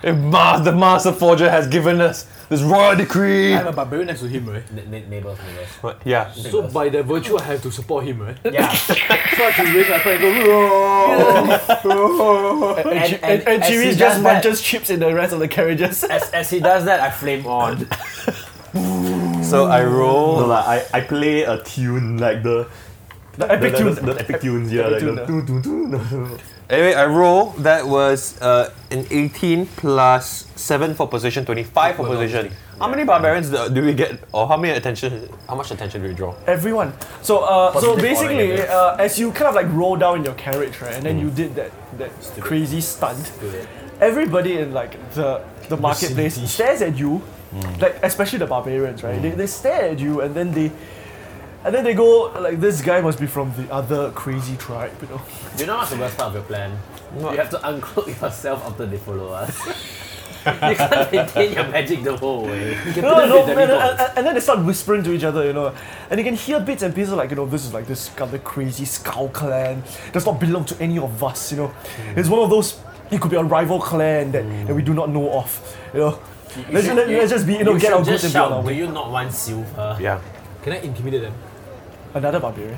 Speaker 9: If Ma- the Master Forger has given us this royal decree.
Speaker 5: I'm a barbarian next to him, right?
Speaker 2: Na- na- neighbors, neighbors.
Speaker 9: But yeah.
Speaker 5: So by that virtue, I have to support him, right?
Speaker 2: Yeah.
Speaker 5: (laughs) So I can raise my friend and go,
Speaker 1: And,
Speaker 2: and,
Speaker 1: and, and
Speaker 2: as he
Speaker 1: Chiri's
Speaker 2: does
Speaker 1: just
Speaker 2: that-
Speaker 1: munches chips in the rest of the carriages. (laughs)
Speaker 2: As, as he does that, I flame
Speaker 5: (laughs)
Speaker 2: on.
Speaker 9: So I
Speaker 10: No,
Speaker 9: roll.
Speaker 10: like, I, I play a tune like the
Speaker 1: The epic
Speaker 10: the,
Speaker 1: tune.
Speaker 10: the, the, epic tunes, yeah,
Speaker 1: epic
Speaker 10: like
Speaker 1: tune,
Speaker 10: the
Speaker 1: uh.
Speaker 10: doo doo doo. no.
Speaker 9: Anyway, I roll. That was uh, an 18 plus 7 for position, 25 for position. How many barbarians do, do we get? Or how many attention? How much attention do we draw?
Speaker 1: Everyone. So uh, so
Speaker 2: Positive or
Speaker 1: basically,
Speaker 2: negative?
Speaker 1: uh, as you kind of like roll down in your carriage, right, and then you did that that crazy stunt. Everybody in like the the marketplace stares at you, like especially the barbarians, right? They, they stare at you and then they. And then they go like this guy must be from the other crazy tribe, you know.
Speaker 2: Do you know what's the worst part of your plan? You have to uncloak yourself after they follow us. (laughs) you can't maintain your magic the whole way.
Speaker 1: No, no, no, no,
Speaker 5: the meatballs.
Speaker 1: and, and then they start whispering to each other, you know, and you can hear bits and pieces like, you know, this is like this other crazy skull clan does not belong to any of us, you know. It's one of those. It could be a rival clan that, that we do not know of, you know. Let's,
Speaker 2: should-
Speaker 1: let, us just be, you know,
Speaker 2: you
Speaker 1: get
Speaker 2: should
Speaker 1: our goods
Speaker 2: just
Speaker 1: and be on our
Speaker 2: shout, do
Speaker 1: way.
Speaker 2: you not want silver?
Speaker 9: Yeah.
Speaker 5: Can I intimidate them?
Speaker 1: Another barbarian.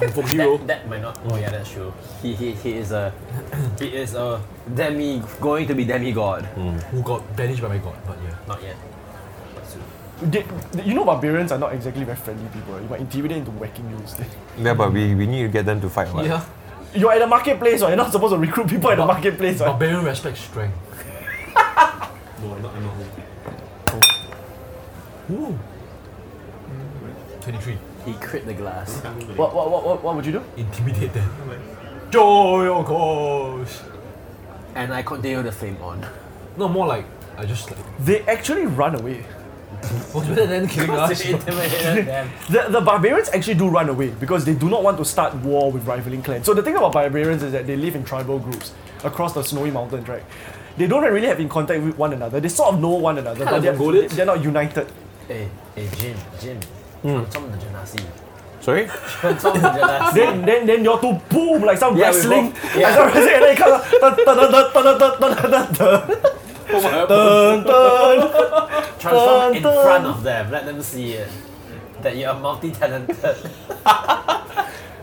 Speaker 5: I'm for hero.
Speaker 2: That, that might not. Oh yeah, that's true. He, he, he is a he is a demi going to be demigod.
Speaker 1: Hmm.
Speaker 5: Who got banished by my god, but yeah.
Speaker 2: Not yet.
Speaker 1: They- you know, barbarians are not exactly very friendly people. You might intimidate into whacking you instead. (laughs)
Speaker 9: Yeah, but we, we need to get them to fight. What?
Speaker 5: Yeah.
Speaker 1: You're at a marketplace, or you're not supposed to recruit people at the marketplace. Right?
Speaker 5: Barbarian respects strength. no, I'm not, I'm not. Ooh. 23.
Speaker 2: He crit the glass.
Speaker 1: What, what, what, what, what would you do?
Speaker 5: Intimidate them. Joy, of course.
Speaker 2: And I continue the flame
Speaker 1: (laughs)
Speaker 2: on.
Speaker 5: No, more like, I just like,
Speaker 1: They actually run away.
Speaker 5: what's better than killing us?
Speaker 1: (laughs)
Speaker 2: Intimidated them.
Speaker 1: The, the barbarians actually do run away because they do not want to start war with rivaling clans. So the thing about barbarians is that they live in tribal groups across the snowy mountains, right? They don't really have in contact with one another. They sort of know one another, but
Speaker 5: of
Speaker 1: they're,
Speaker 5: Mongolians.
Speaker 1: they're not united.
Speaker 2: Hey, hey, Jim, Jim.
Speaker 1: Hmm.
Speaker 2: Transform the Genasi.
Speaker 9: Sorry?
Speaker 2: Transform the Genasi.
Speaker 1: Then then then you're two boom like some
Speaker 2: Yeah, we
Speaker 1: wrestling.
Speaker 2: both- yeah.
Speaker 1: Like some wrestling, and then it comes
Speaker 2: (laughs)
Speaker 1: out, dun, dun, dun, dun, dun, dun, dun, dun, dun, dun, dun, dun.
Speaker 2: Transform in
Speaker 1: Dun, dun.
Speaker 2: front of them. Let them see it. That you are multi-talented.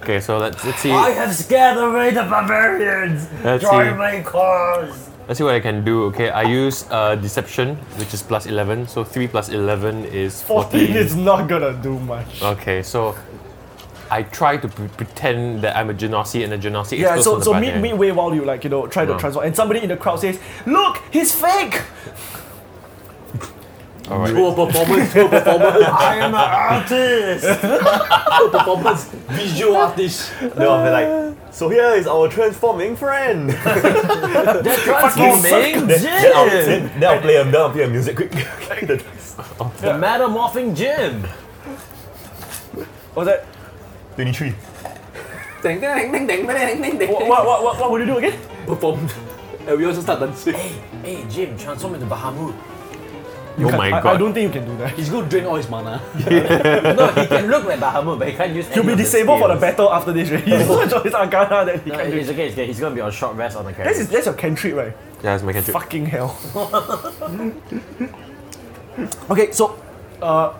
Speaker 9: Okay, so let's, let's see.
Speaker 2: I have scared away the barbarians.
Speaker 9: Let's
Speaker 2: Join
Speaker 9: see.
Speaker 2: my cause.
Speaker 9: Let's see what I can do. Okay, I use uh, deception, which is plus 11. So 3 plus 11 is 14.
Speaker 1: Fourteen is not gonna do much.
Speaker 9: Okay, so I try to pre- pretend that I'm a genasi and a genasi
Speaker 1: Yeah,
Speaker 9: is
Speaker 1: so
Speaker 9: also
Speaker 1: so
Speaker 9: the
Speaker 1: mid,
Speaker 9: Batman.
Speaker 1: midway while you like, you know, try to
Speaker 9: Wow.
Speaker 1: transform and somebody in the crowd says, Look, he's fake!
Speaker 9: Alright.
Speaker 5: Poor performance, poor performance,
Speaker 10: I am an artist!
Speaker 5: poor performance, visual artist.
Speaker 10: no, I'll be like, so here is our transforming friend! then,
Speaker 2: Transforming
Speaker 10: then, I'll,
Speaker 2: Jim.
Speaker 10: then, then I'll play a, then I'll play a music quick. The-
Speaker 2: The metamorphing Jim.
Speaker 1: What's that?
Speaker 10: 23.
Speaker 1: What, what, what, what, what would you do again?
Speaker 5: Perform. And we also start dancing.
Speaker 2: Hey Jim, transform into Bahamut.
Speaker 9: Oh my
Speaker 1: I,
Speaker 9: god.
Speaker 1: I don't think you can do that.
Speaker 5: He's gonna drain all his mana.
Speaker 2: No, he can look like Bahamut, but he can't use.
Speaker 1: He'll be disabled for the battle after this, right? (laughs) He's so on his Arcana that he can't do
Speaker 2: It's okay. It's okay. He's gonna be on short rest on the
Speaker 1: that's,
Speaker 2: character.
Speaker 1: his, that's your cantrip, right?
Speaker 9: Yeah, that's my cantrip.
Speaker 1: Fucking hell. (laughs) okay, so uh,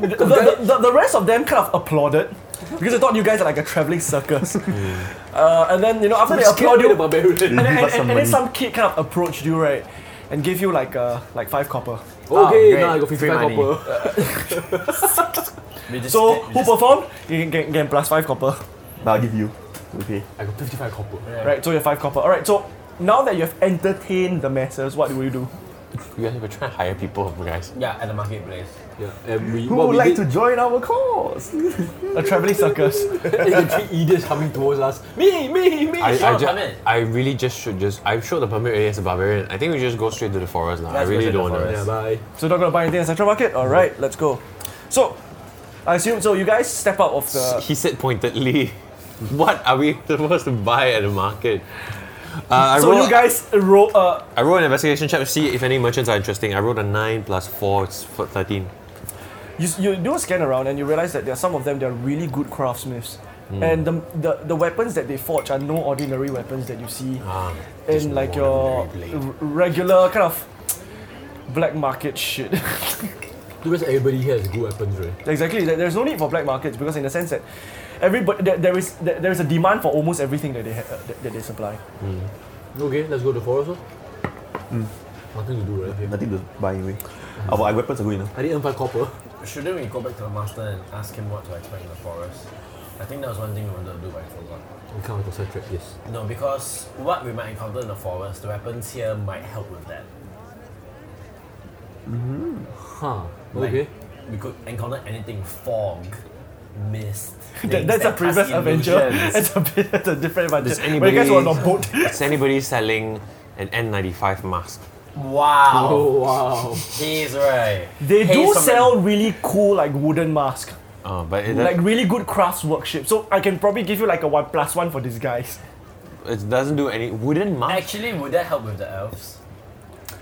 Speaker 1: the, the, the, the rest of them kind of applauded because they thought you guys are like a traveling
Speaker 9: (laughs)
Speaker 1: circus. uh, and then, you know, after they applaud
Speaker 5: the
Speaker 1: you,
Speaker 5: barbarian.
Speaker 1: and, and,
Speaker 10: us
Speaker 1: and,
Speaker 10: some
Speaker 1: and then
Speaker 10: money.
Speaker 1: some kid kind of approached you, right? And gave you like uh, like five copper.
Speaker 5: Okay,
Speaker 2: great.
Speaker 5: now I got
Speaker 2: Free
Speaker 5: 55
Speaker 2: money.
Speaker 5: copper.
Speaker 2: We just-
Speaker 1: So
Speaker 2: we
Speaker 1: who
Speaker 2: just-
Speaker 1: performed? You can get, get plus five copper.
Speaker 10: But I'll give you. Okay.
Speaker 5: I got 55 copper.
Speaker 1: Right, so you have five copper. Alright, so now that you have entertained the masses, what will you do?
Speaker 9: You guys, we're trying to hire people, guys.
Speaker 2: Yeah, at the marketplace.
Speaker 5: Yeah, and we,
Speaker 10: Who
Speaker 5: what
Speaker 10: would
Speaker 5: we
Speaker 10: like
Speaker 5: did,
Speaker 10: to join our cause?
Speaker 1: A traveling
Speaker 5: (laughs)
Speaker 1: circus.
Speaker 5: is the three idiots coming towards us. Me, me, me.
Speaker 9: I,
Speaker 2: Sure,
Speaker 9: I, ju-
Speaker 2: come in.
Speaker 9: I really just should just. I showed the permit already as a barbarian. I think we just go straight to the forest now.
Speaker 2: Let's
Speaker 9: I
Speaker 2: go
Speaker 9: really
Speaker 2: straight to
Speaker 9: don't
Speaker 2: the
Speaker 9: want
Speaker 2: forest.
Speaker 5: yeah, bye.
Speaker 1: so not gonna buy anything at Central Market? Alright, let's go. So I assume so you guys step out of
Speaker 9: to.
Speaker 1: the
Speaker 9: He said pointedly, (laughs) "What are we supposed to buy at the market?" Uh, I,
Speaker 1: So
Speaker 9: roll,
Speaker 1: you guys roll uh
Speaker 9: I roll an investigation check to see if any merchants are interesting. I rolled a nine plus four, it's for thirteen.
Speaker 1: you, you do a scan around and you realize that there are some of them that are really good craftsmiths. And the, the the weapons that they forge are no ordinary weapons that you see in like your r- regular kind of black market shit. (laughs)
Speaker 5: Because everybody here has good weapons, right?
Speaker 1: exactly. there- There's no need for black markets because in the sense that everybody there, there is there, there is a demand for almost everything that they ha- uh, that, that they supply.
Speaker 5: Okay, let's go to forest. lor. Mm. Nothing to do, right? Here.
Speaker 10: Nothing to buy anyway. Our weapons are good enough.
Speaker 5: I didn't earn five copper.
Speaker 2: Shouldn't we go back to the master and ask him what to expect in the forest? I think that was one thing we wanted to do, but I forgot.
Speaker 5: We can't get sidetracked, yes.
Speaker 2: No, because what we might encounter in the forest, the weapons here might help with that.
Speaker 5: Huh.
Speaker 2: Like,
Speaker 5: Okay.
Speaker 2: We could encounter anything fog, mist.
Speaker 1: (laughs) That, that's a previous adventure. (laughs) That's a, bit, that's a different adventure.
Speaker 9: Does
Speaker 1: When you guys were on a
Speaker 9: anybody-
Speaker 1: boat,
Speaker 9: (laughs) Is anybody selling an N95 mask?
Speaker 2: Wow.
Speaker 5: Oh wow.
Speaker 2: He's right.
Speaker 1: they
Speaker 2: Hey,
Speaker 1: do
Speaker 2: someone-
Speaker 1: sell really cool like wooden masks,
Speaker 9: Uh, but it,
Speaker 1: like really good crafts workshop. So I can probably give you like a one plus one for these guys.
Speaker 9: it doesn't do any wooden mask.
Speaker 2: Actually, would that help with the elves?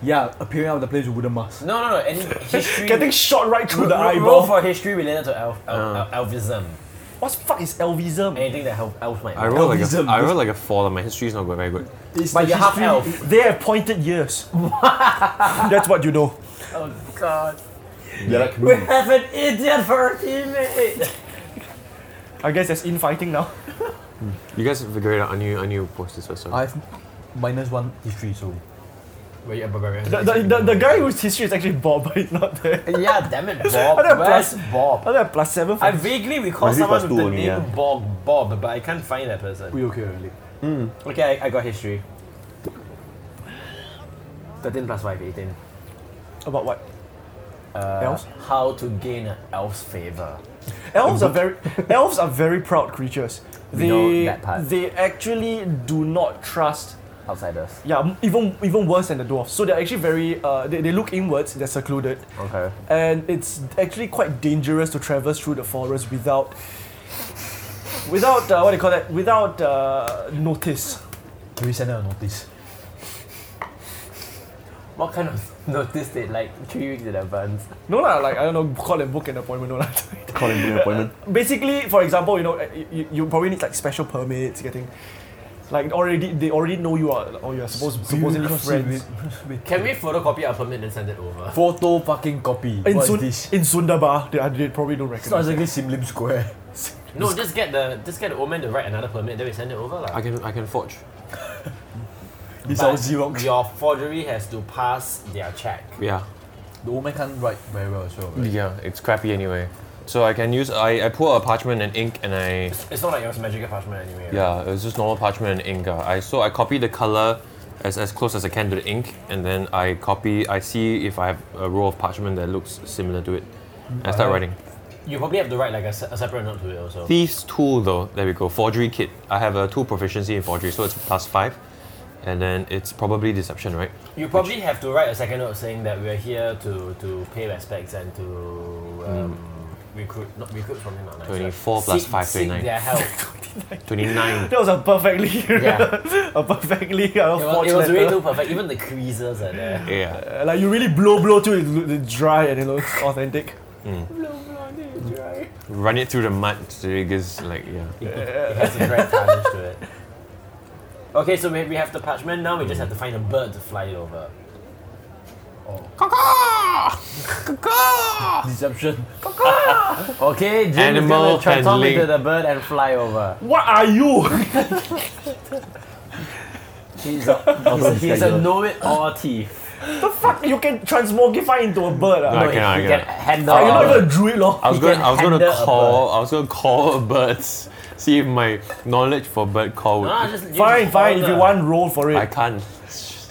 Speaker 5: yeah, appearing out of the place with wooden mask.
Speaker 2: No, no, no.
Speaker 1: (laughs)
Speaker 2: Any history.
Speaker 1: Getting shot right through the
Speaker 2: Ro- ro-
Speaker 1: eyeball.
Speaker 2: Roll for history related to elf, el- el- elvism.
Speaker 1: What the fuck is Elvism?
Speaker 2: Anything that help elf might.
Speaker 9: I rolled like a,
Speaker 10: Elvism.
Speaker 9: I rolled like a four. and My history is not very good.
Speaker 2: But you're half elf.
Speaker 1: They have pointed
Speaker 2: (laughs)
Speaker 1: ears. That's what you know.
Speaker 2: Oh god.
Speaker 10: They're like,
Speaker 2: We have an idiot for a teammate.
Speaker 1: I guess there's infighting now.
Speaker 9: You guys figure it out. I knew I knew post this first.
Speaker 5: I have minus one history, so
Speaker 2: Wait, a barbarian.
Speaker 1: The, the, the, the guy whose history is actually Bob, (laughs) but he's not there.
Speaker 2: yeah,
Speaker 1: (laughs)
Speaker 2: damn it,
Speaker 1: I don't
Speaker 2: Bob.
Speaker 1: have
Speaker 2: Where's
Speaker 1: plus-
Speaker 2: Bob?
Speaker 1: I think plus seven for
Speaker 2: I vaguely recall
Speaker 10: Must be
Speaker 2: someone
Speaker 10: plus
Speaker 2: with
Speaker 10: two
Speaker 2: the
Speaker 10: only,
Speaker 2: name
Speaker 10: yeah.
Speaker 2: Bob, Bob, but I can't find that person.
Speaker 5: we okay already.
Speaker 2: Okay, I, I got history. 13 plus 5, 18.
Speaker 1: about what?
Speaker 2: Uh,
Speaker 1: Elves?
Speaker 2: How to gain an elf's favor.
Speaker 1: Elves are very
Speaker 2: (laughs)
Speaker 1: elves are very proud creatures. They
Speaker 2: know that part.
Speaker 1: they actually do not trust.
Speaker 2: Outsiders.
Speaker 1: Yeah, m- even even worse than the dwarves. So they're actually very uh, they, they look inwards. They're secluded,
Speaker 2: Okay.
Speaker 1: and it's actually quite dangerous to traverse through the forest without without uh, what do you call that? Without uh, notice.
Speaker 5: Can we send out a notice?
Speaker 2: What kind of (laughs) notice did like three weeks in advance?
Speaker 1: No lah, like I don't know, call and book an appointment. No lah. (laughs)
Speaker 10: calling an appointment.
Speaker 1: Basically, for example, you know, eh, you, you probably need like special permits getting. Like already, they already know you are, or you are supposed supposedly friends.
Speaker 2: Can we photocopy our permit and send it over?
Speaker 5: Photo fucking copy.
Speaker 1: In,
Speaker 5: What's
Speaker 1: Sun-
Speaker 5: this?
Speaker 1: in Sundaba, they, are- they probably don't
Speaker 5: It's not
Speaker 1: recognize.
Speaker 5: exactly Sim Lim Square. (laughs)
Speaker 2: No, just get the just get the old man to write another permit, then we send it over. lah.
Speaker 9: I can I can forge.
Speaker 5: It's
Speaker 2: But
Speaker 5: our Xerox.
Speaker 2: Your forgery has to pass their check.
Speaker 9: Yeah.
Speaker 5: The old man can't write very well as well, right?
Speaker 9: Yeah. It's crappy anyway. So I can use I, I pull out parchment and ink and I
Speaker 2: It's not like it was magical parchment anyway. right?
Speaker 9: yeah it was just normal parchment and ink. Uh. I so I copy the color as, as close as I can to the ink and then I copy I see if I have a roll of parchment that looks similar to it. And I start writing.
Speaker 2: You probably have to write like a, se- a separate note to it also.
Speaker 9: Thieves tool though, there we go. Forgery kit. I have a tool proficiency in forgery, so it's plus five. And then it's probably deception, right?
Speaker 2: You probably have to write a second note saying that we're here to, to pay respects and to um, recruit not recruit from him.
Speaker 9: 24 Hmm. plus
Speaker 2: seek,
Speaker 9: five,
Speaker 2: seek
Speaker 9: 29.
Speaker 2: their
Speaker 9: (laughs)
Speaker 2: help.
Speaker 1: (laughs)
Speaker 9: Twenty-nine.
Speaker 1: That was a perfectly, (laughs)
Speaker 2: Yeah.
Speaker 1: a perfectly uh,
Speaker 2: it, was, it was
Speaker 1: fortunate.
Speaker 2: way too perfect. Even the creases are there.
Speaker 9: yeah.
Speaker 1: uh, like you really blow blow to it, lo- it's dry and it looks authentic.
Speaker 9: Run it through the mud so it gives like yeah.
Speaker 2: It has a great tarnish to it. Okay, so we, we have the parchment now. We just have to find a bird to fly it over.
Speaker 9: (laughs)
Speaker 5: Deception.
Speaker 2: Okay, Jim
Speaker 9: Animal
Speaker 2: is gonna transform
Speaker 9: handling.
Speaker 2: into the bird and fly over.
Speaker 1: What are you? (laughs)
Speaker 2: (laughs) He's a, he's, he's a know-it-all thief.
Speaker 1: the fuck? You can transmogify into a bird.
Speaker 9: No,
Speaker 1: ah?
Speaker 9: I cannot, I
Speaker 2: he
Speaker 9: cannot.
Speaker 2: can handle.
Speaker 1: Fuck, you're not
Speaker 10: uh,
Speaker 2: it.
Speaker 1: even a druid, lor.
Speaker 9: I was
Speaker 2: He
Speaker 9: gonna
Speaker 2: can
Speaker 9: I was
Speaker 2: handle
Speaker 9: gonna
Speaker 2: a
Speaker 9: call I was gonna call birds. See if my knowledge for bird call would
Speaker 2: Ah, just-
Speaker 1: (laughs)
Speaker 2: you
Speaker 1: Fine,
Speaker 2: just
Speaker 1: fine. If
Speaker 2: order.
Speaker 1: you want, roll for
Speaker 9: I
Speaker 1: it.
Speaker 9: can't.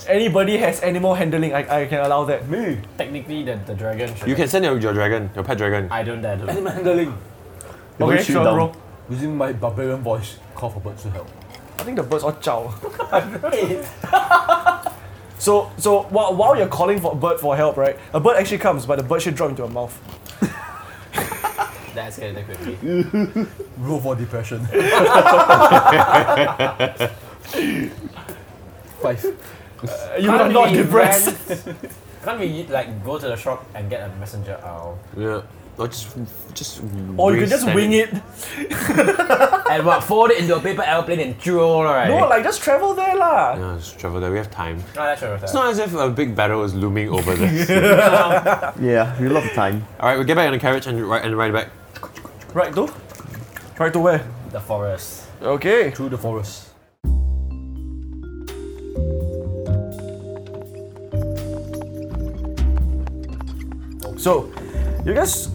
Speaker 1: Anybody has animal handling, I, I can allow that.
Speaker 5: Me.
Speaker 2: Technically, the, the dragon. Should
Speaker 9: You can send your, your dragon, your pet dragon.
Speaker 2: I don't dare to.
Speaker 5: Animal handling.
Speaker 10: They won't
Speaker 1: Okay,
Speaker 10: shoot
Speaker 1: sure,
Speaker 10: down.
Speaker 1: bro.
Speaker 5: Using my barbarian voice, call for birds to help.
Speaker 1: I think the birds all chow. (laughs) so so while, while you're calling for a bird for help, right? A bird actually comes, but the bird should drop into your mouth.
Speaker 2: That's gonna that quickly.
Speaker 5: Roll for depression. (laughs) Five.
Speaker 1: Uh, You are not depressed.
Speaker 2: (laughs) Can't we like go to the shop and get a messenger owl?
Speaker 9: Yeah. Or just, just.
Speaker 1: (laughs)
Speaker 2: Oh,
Speaker 1: Or you can just wing it.
Speaker 2: and what, fold it into a paper airplane and draw, right?
Speaker 1: No, like just travel there lah.
Speaker 9: No, just travel there. We have time.
Speaker 2: oh, that's right, that's
Speaker 9: It's not as if a big battle is looming
Speaker 2: (laughs)
Speaker 9: over this.
Speaker 10: Yeah, we love the time.
Speaker 9: All right, we get back on the carriage and ride and ride back.
Speaker 1: Right to? Right to where?
Speaker 2: right. The forest.
Speaker 1: Okay.
Speaker 2: Through the forest.
Speaker 1: So, you guys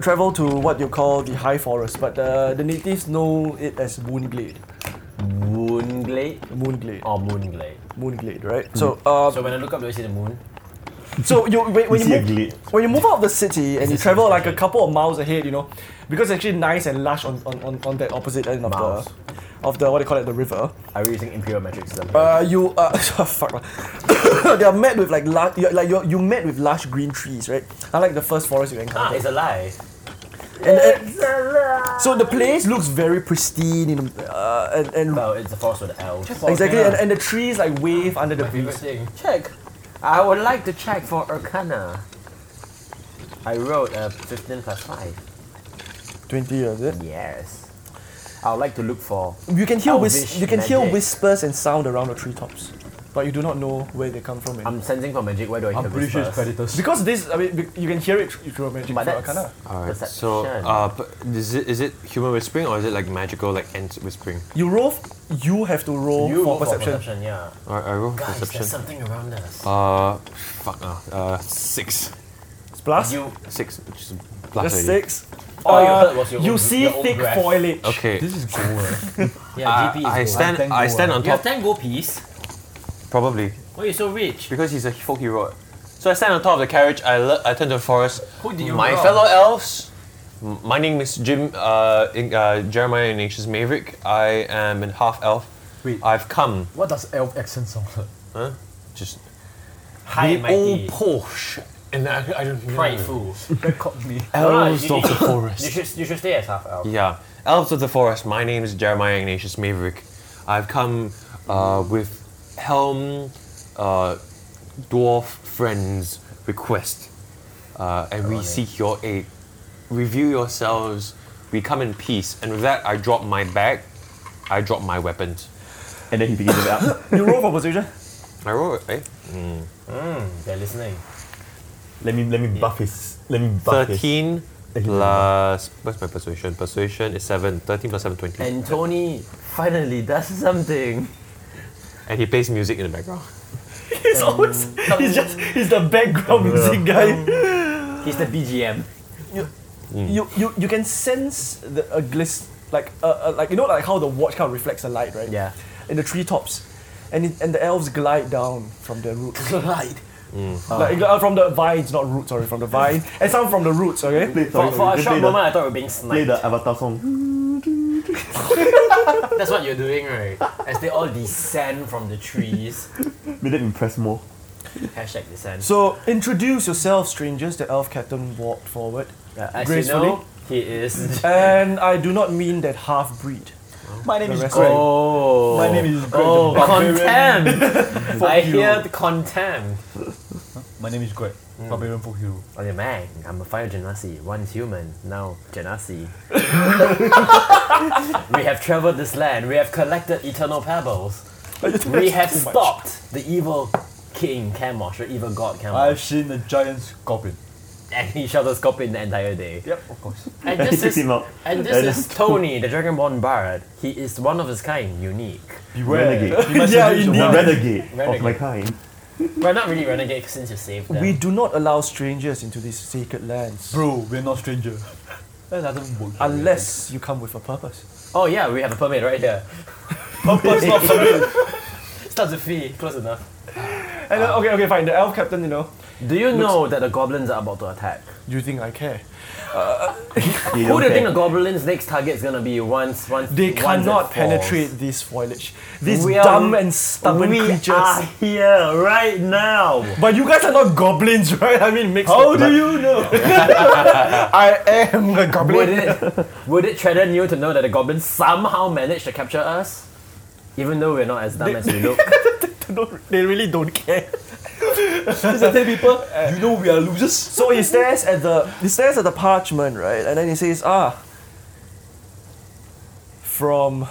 Speaker 1: travel to what you call the high forest, but uh, the natives know it as Moonglade.
Speaker 2: Moonglade
Speaker 1: Moonglade.
Speaker 2: or Moonglade?
Speaker 1: Moonglade, right? So, uh,
Speaker 2: Mm-hmm. So when I look up, do I see the moon?
Speaker 1: so you when,
Speaker 2: (laughs)
Speaker 1: when you
Speaker 10: see a
Speaker 1: move
Speaker 10: glade.
Speaker 1: when you move out of the city and you
Speaker 2: this
Speaker 1: travel
Speaker 2: is
Speaker 1: like a
Speaker 2: glade.
Speaker 1: couple of miles ahead, you know, because it's actually nice and lush on, on, on, on that opposite end of
Speaker 2: Miles.
Speaker 1: the of the what do you call it the river.
Speaker 2: Are we using imperial metric system?
Speaker 1: Uh, you uh, (laughs) fuck. man. (coughs) they are met with like lush, you're, like you're, you met with lush green trees, right? Unlike the first forest you encounter.
Speaker 2: ah, it's a lie.
Speaker 1: And- and- so the place looks very pristine, in, uh, and, and
Speaker 2: Well, it's the forest with the elves.
Speaker 1: exactly, and, and the trees like wave under the
Speaker 2: My favorite
Speaker 1: breeze.
Speaker 2: thing. Check. I would like to check for Arcana. I rolled a 15 plus 5.
Speaker 1: Twenty years, it.
Speaker 2: Yes. I would like to look for.
Speaker 1: You can hear whis-
Speaker 2: Elvish
Speaker 1: you can hear
Speaker 2: magic.
Speaker 1: whispers and sound around the treetops, but you do not know where they come from. and-
Speaker 2: I'm sensing for magic. Where do I hear
Speaker 5: I'm pretty sure it's
Speaker 2: whispers?
Speaker 5: predators.
Speaker 1: because this, I mean, be- you can hear it through through magic
Speaker 2: But
Speaker 1: through
Speaker 2: that's
Speaker 1: Arcana.
Speaker 9: All right.
Speaker 2: perception.
Speaker 9: So, uh, p- is it is it human whispering or is it like magical, like ant whispering?
Speaker 1: You roll. f- You have to roll
Speaker 2: you
Speaker 1: for
Speaker 2: roll
Speaker 1: perception.
Speaker 2: For perception, yeah.
Speaker 9: All right, I roll
Speaker 2: Guys,
Speaker 9: perception.
Speaker 2: there's something around us.
Speaker 9: Uh, fuck. Uh, uh, six,
Speaker 1: Plus,
Speaker 2: you.
Speaker 9: six, which is plus
Speaker 1: that's
Speaker 9: already.
Speaker 1: six.
Speaker 2: All you
Speaker 1: Uh,
Speaker 2: heard was your
Speaker 1: you
Speaker 2: own-
Speaker 1: see
Speaker 2: your own
Speaker 1: thick
Speaker 2: breath.
Speaker 1: foliage.
Speaker 9: Okay.
Speaker 5: This is gold. eh.
Speaker 2: Yeah,
Speaker 9: I-
Speaker 2: GP is
Speaker 9: Uh, I
Speaker 2: gold.
Speaker 9: stand.
Speaker 5: Thank
Speaker 9: I
Speaker 5: you,
Speaker 9: stand
Speaker 5: uh,
Speaker 9: on
Speaker 2: You have
Speaker 9: top.
Speaker 2: 10 gold piece?
Speaker 9: Probably
Speaker 2: Why are you so rich?
Speaker 9: because he's a folk hero. So I stand on top of the carriage. I le- I turn to the forest.
Speaker 2: Who did you
Speaker 9: My
Speaker 2: rob?
Speaker 9: fellow elves. m- My name is Jim. Uh, in, uh, Jeremiah Ignatius Maverick. I am a half elf.
Speaker 5: Wait.
Speaker 9: I've come.
Speaker 5: What does elf accent sound like?
Speaker 9: Huh? Just
Speaker 2: High and mighty.
Speaker 9: Porsche. And I, I don't know.
Speaker 2: (laughs) Prideful.
Speaker 5: That caught (laughs) me.
Speaker 2: Elves of the (laughs)
Speaker 5: forest.
Speaker 2: You should, you should stay as half elf.
Speaker 9: Yeah. Elves of the Forest, my name is Jeremiah Ignatius Maverick. I've come uh, with Helm uh, Dwarf Friend's request. Uh, and we seek your aid. Review yourselves. We come in peace. And with that, I drop my bag. I drop my weapons.
Speaker 10: And then he
Speaker 1: (laughs)
Speaker 10: begins to up.
Speaker 1: You roll for perception.
Speaker 9: I roll it, eh?
Speaker 2: They're listening.
Speaker 10: Let me let me buff his let me buff his.
Speaker 9: 13
Speaker 10: Okay.
Speaker 9: plus. What's my persuasion? Persuasion is 7. 13 plus 7, 20.
Speaker 2: And Tony finally does something.
Speaker 9: and he plays music in the background.
Speaker 1: He's always (laughs)
Speaker 2: Um,
Speaker 1: he's just he's the background music guy.
Speaker 2: He's the BGM.
Speaker 1: Um,
Speaker 2: Mm.
Speaker 1: You you you can sense the a glist like uh, uh, like you know like how the watch kind of reflects the light, right?
Speaker 2: Yeah.
Speaker 1: In the treetops, and it, and the elves glide down from the roots.
Speaker 2: Glide. Ah.
Speaker 1: Like uh, from the vines, not roots. Sorry, from the
Speaker 2: (laughs)
Speaker 1: vine, and some from the roots. Okay.
Speaker 10: Play-
Speaker 2: For,
Speaker 10: sorry,
Speaker 2: for a
Speaker 10: play
Speaker 2: short
Speaker 10: the-
Speaker 2: moment, I thought we were being
Speaker 10: Play
Speaker 2: sniped.
Speaker 10: the Avatar song.
Speaker 2: (laughs) That's what you're doing, right? As they all descend from the trees.
Speaker 10: Made them impress more.
Speaker 2: Hashtag descend.
Speaker 1: So introduce yourself, strangers. The elf captain walked forward,
Speaker 2: Yeah, as you
Speaker 1: gracefully.
Speaker 2: know, he is.
Speaker 1: and I do not mean that half (laughs) breed.
Speaker 5: My name
Speaker 1: is
Speaker 5: is
Speaker 1: Greg.
Speaker 5: Greg.
Speaker 2: Oh.
Speaker 5: My name is Greg.
Speaker 2: Oh,
Speaker 5: the barbarian.
Speaker 2: contempt. (laughs) I
Speaker 5: you.
Speaker 2: hear the contempt.
Speaker 5: My name is Greg. Barbarian folk hero.
Speaker 2: Okay, man, I'm a fire genasi. Once human, now genasi. we have traveled this land. We have collected eternal pebbles. We have
Speaker 1: Too much. (laughs)
Speaker 2: stopped the evil king Camosh, the evil god
Speaker 5: I've
Speaker 2: Camosh,
Speaker 5: seen a giant scorpion.
Speaker 2: and he shot a scorpion the entire day.
Speaker 5: Yep, of course.
Speaker 2: And (laughs)
Speaker 10: He
Speaker 2: this
Speaker 10: took
Speaker 2: is
Speaker 10: him out.
Speaker 2: and
Speaker 10: I
Speaker 2: this is
Speaker 10: just-
Speaker 2: Tony, the Dragonborn Bard. He is one of his kind, unique.
Speaker 10: Renegade.
Speaker 5: You must
Speaker 1: Yeah, indeed.
Speaker 5: seduce a
Speaker 10: The
Speaker 5: woman.
Speaker 10: renegade, of
Speaker 2: Renegade.
Speaker 10: my kind.
Speaker 2: Well, not really renegade since you saved them.
Speaker 1: We do not allow strangers into these sacred lands
Speaker 5: Bro, we're not stranger. (laughs) That doesn't work.
Speaker 1: unless you come with a purpose.
Speaker 2: oh yeah, we have a permit right there.
Speaker 5: Purpose not for
Speaker 2: (laughs) Starts with fee, close enough.
Speaker 1: And then, okay, okay, fine. The elf captain, you know,
Speaker 2: Do you know that the goblins are about to attack?
Speaker 1: do you think I care?
Speaker 10: You
Speaker 2: Who
Speaker 10: don't
Speaker 2: do you think the
Speaker 10: care.
Speaker 2: goblins' next target is gonna be? Once, once
Speaker 1: They
Speaker 2: once
Speaker 1: cannot
Speaker 2: it falls?
Speaker 1: penetrate this foliage. These
Speaker 2: We are-
Speaker 1: dumb and stubborn
Speaker 2: we
Speaker 1: creatures.
Speaker 2: are here right now.
Speaker 1: But you guys are not goblins, (laughs) right? I mean, it makes. How do you know? (laughs) I am a
Speaker 2: Would
Speaker 1: goblin. (laughs)
Speaker 2: it would it threaten you to know that the goblins somehow managed to capture
Speaker 1: (laughs)
Speaker 2: us? Even though we're not as dumb as we look.
Speaker 1: Don't- they really don't care.
Speaker 5: These are 10 people. You know we are losers.
Speaker 1: So he stares at the he stares at the parchment, right? And then he says, "Ah, from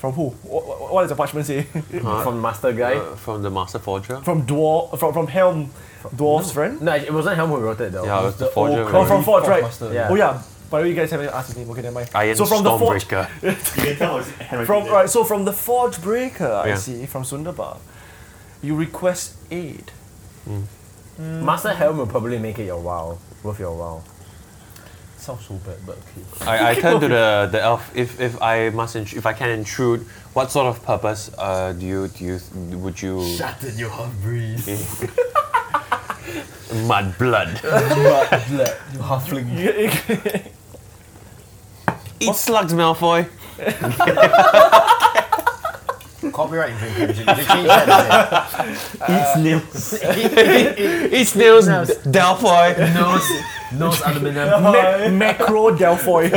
Speaker 1: from who? What, what does the parchment say?
Speaker 2: (laughs)
Speaker 1: (laughs)
Speaker 2: From Master Guy.
Speaker 9: Uh, from the Master Forger.
Speaker 1: from dwarf from from Helm dwarf's friend?
Speaker 2: no, it wasn't Helm who wrote it though.
Speaker 9: Yeah, it was the Forger
Speaker 2: old
Speaker 9: who
Speaker 1: Oh,
Speaker 2: copy.
Speaker 9: wrote
Speaker 1: from
Speaker 9: Really?
Speaker 1: Forge, right?
Speaker 2: Yeah.
Speaker 1: Oh yeah. By the way, you guys haven't asked his name. Okay, never mind.
Speaker 9: Iron
Speaker 1: so from the Forge,
Speaker 9: Stormbreaker.
Speaker 10: You can tell it's handwritten
Speaker 1: from
Speaker 10: there.
Speaker 1: right, so from the Forge Breaker, I
Speaker 9: Yeah.
Speaker 1: see from Sundabar, you request
Speaker 9: (laughs)
Speaker 1: aid.
Speaker 2: Master Helm will probably make it your wow. Worth your wow.
Speaker 1: Sounds so bad, but
Speaker 2: (laughs)
Speaker 1: okay.
Speaker 9: I, I turn to the, the elf. If, if I must intr- if I can intrude, what sort of purpose uh, do you do you th- would you? Shut in your half breeze. (laughs) Mud blood.
Speaker 1: (laughs)
Speaker 9: Eat slugs, Malfoy.
Speaker 1: (laughs)
Speaker 2: Copyright infringement. You should change that.
Speaker 9: Eat nails.
Speaker 2: It
Speaker 9: Eat nails, Delphoy.
Speaker 2: knows knows aluminum.
Speaker 1: Ma- macro Delphoy,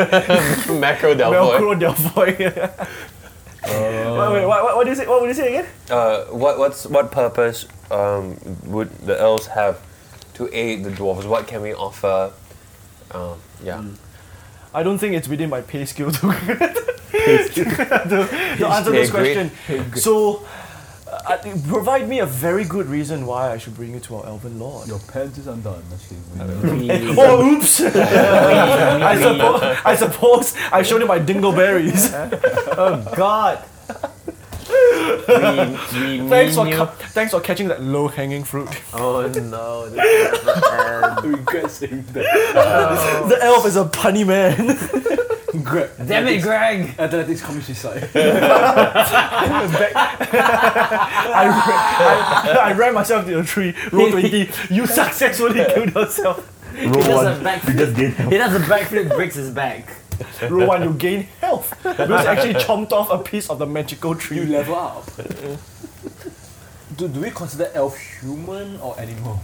Speaker 9: Macro (laughs) Delphoy.
Speaker 1: macro Delphoy. (laughs) Wait, wait, what, what, what do you say? What would you say again?
Speaker 9: Uh, what what's what purpose um, would the elves have to aid the dwarves? What can we offer? Um, yeah.
Speaker 1: I don't think it's within my pay scale to, (laughs) to, to answer this
Speaker 9: grade.
Speaker 1: question. So, uh, I think- provide me a very good reason why I should bring you to our elven lord.
Speaker 5: Your pants is undone. Just kidding.
Speaker 1: Oh, oops! (laughs) I, suppo- I suppose I showed him my dingleberries. Oh,
Speaker 2: God. we, we
Speaker 1: thanks, for
Speaker 2: mean you.
Speaker 1: ca- thanks for catching that low hanging fruit.
Speaker 2: Oh no. This is the
Speaker 5: Regret saying that.
Speaker 1: The elf is a punny man. (laughs)
Speaker 5: Greg.
Speaker 2: end. (laughs) Damn it, Greg.
Speaker 5: Athletics commit (laughs) suicide.
Speaker 1: I, ran, I, I ran myself to a tree, roll 20. (laughs) You successfully killed yourself.
Speaker 2: (laughs) He
Speaker 10: Roll
Speaker 2: does a
Speaker 10: one. You
Speaker 2: backflip.
Speaker 10: just gain
Speaker 2: (laughs)
Speaker 10: health.
Speaker 2: He does a backflip, breaks his back.
Speaker 1: Roll 1, you gain health. Because you actually chomped off a piece of the magical tree.
Speaker 5: You level up. do, do we consider elf human or animal?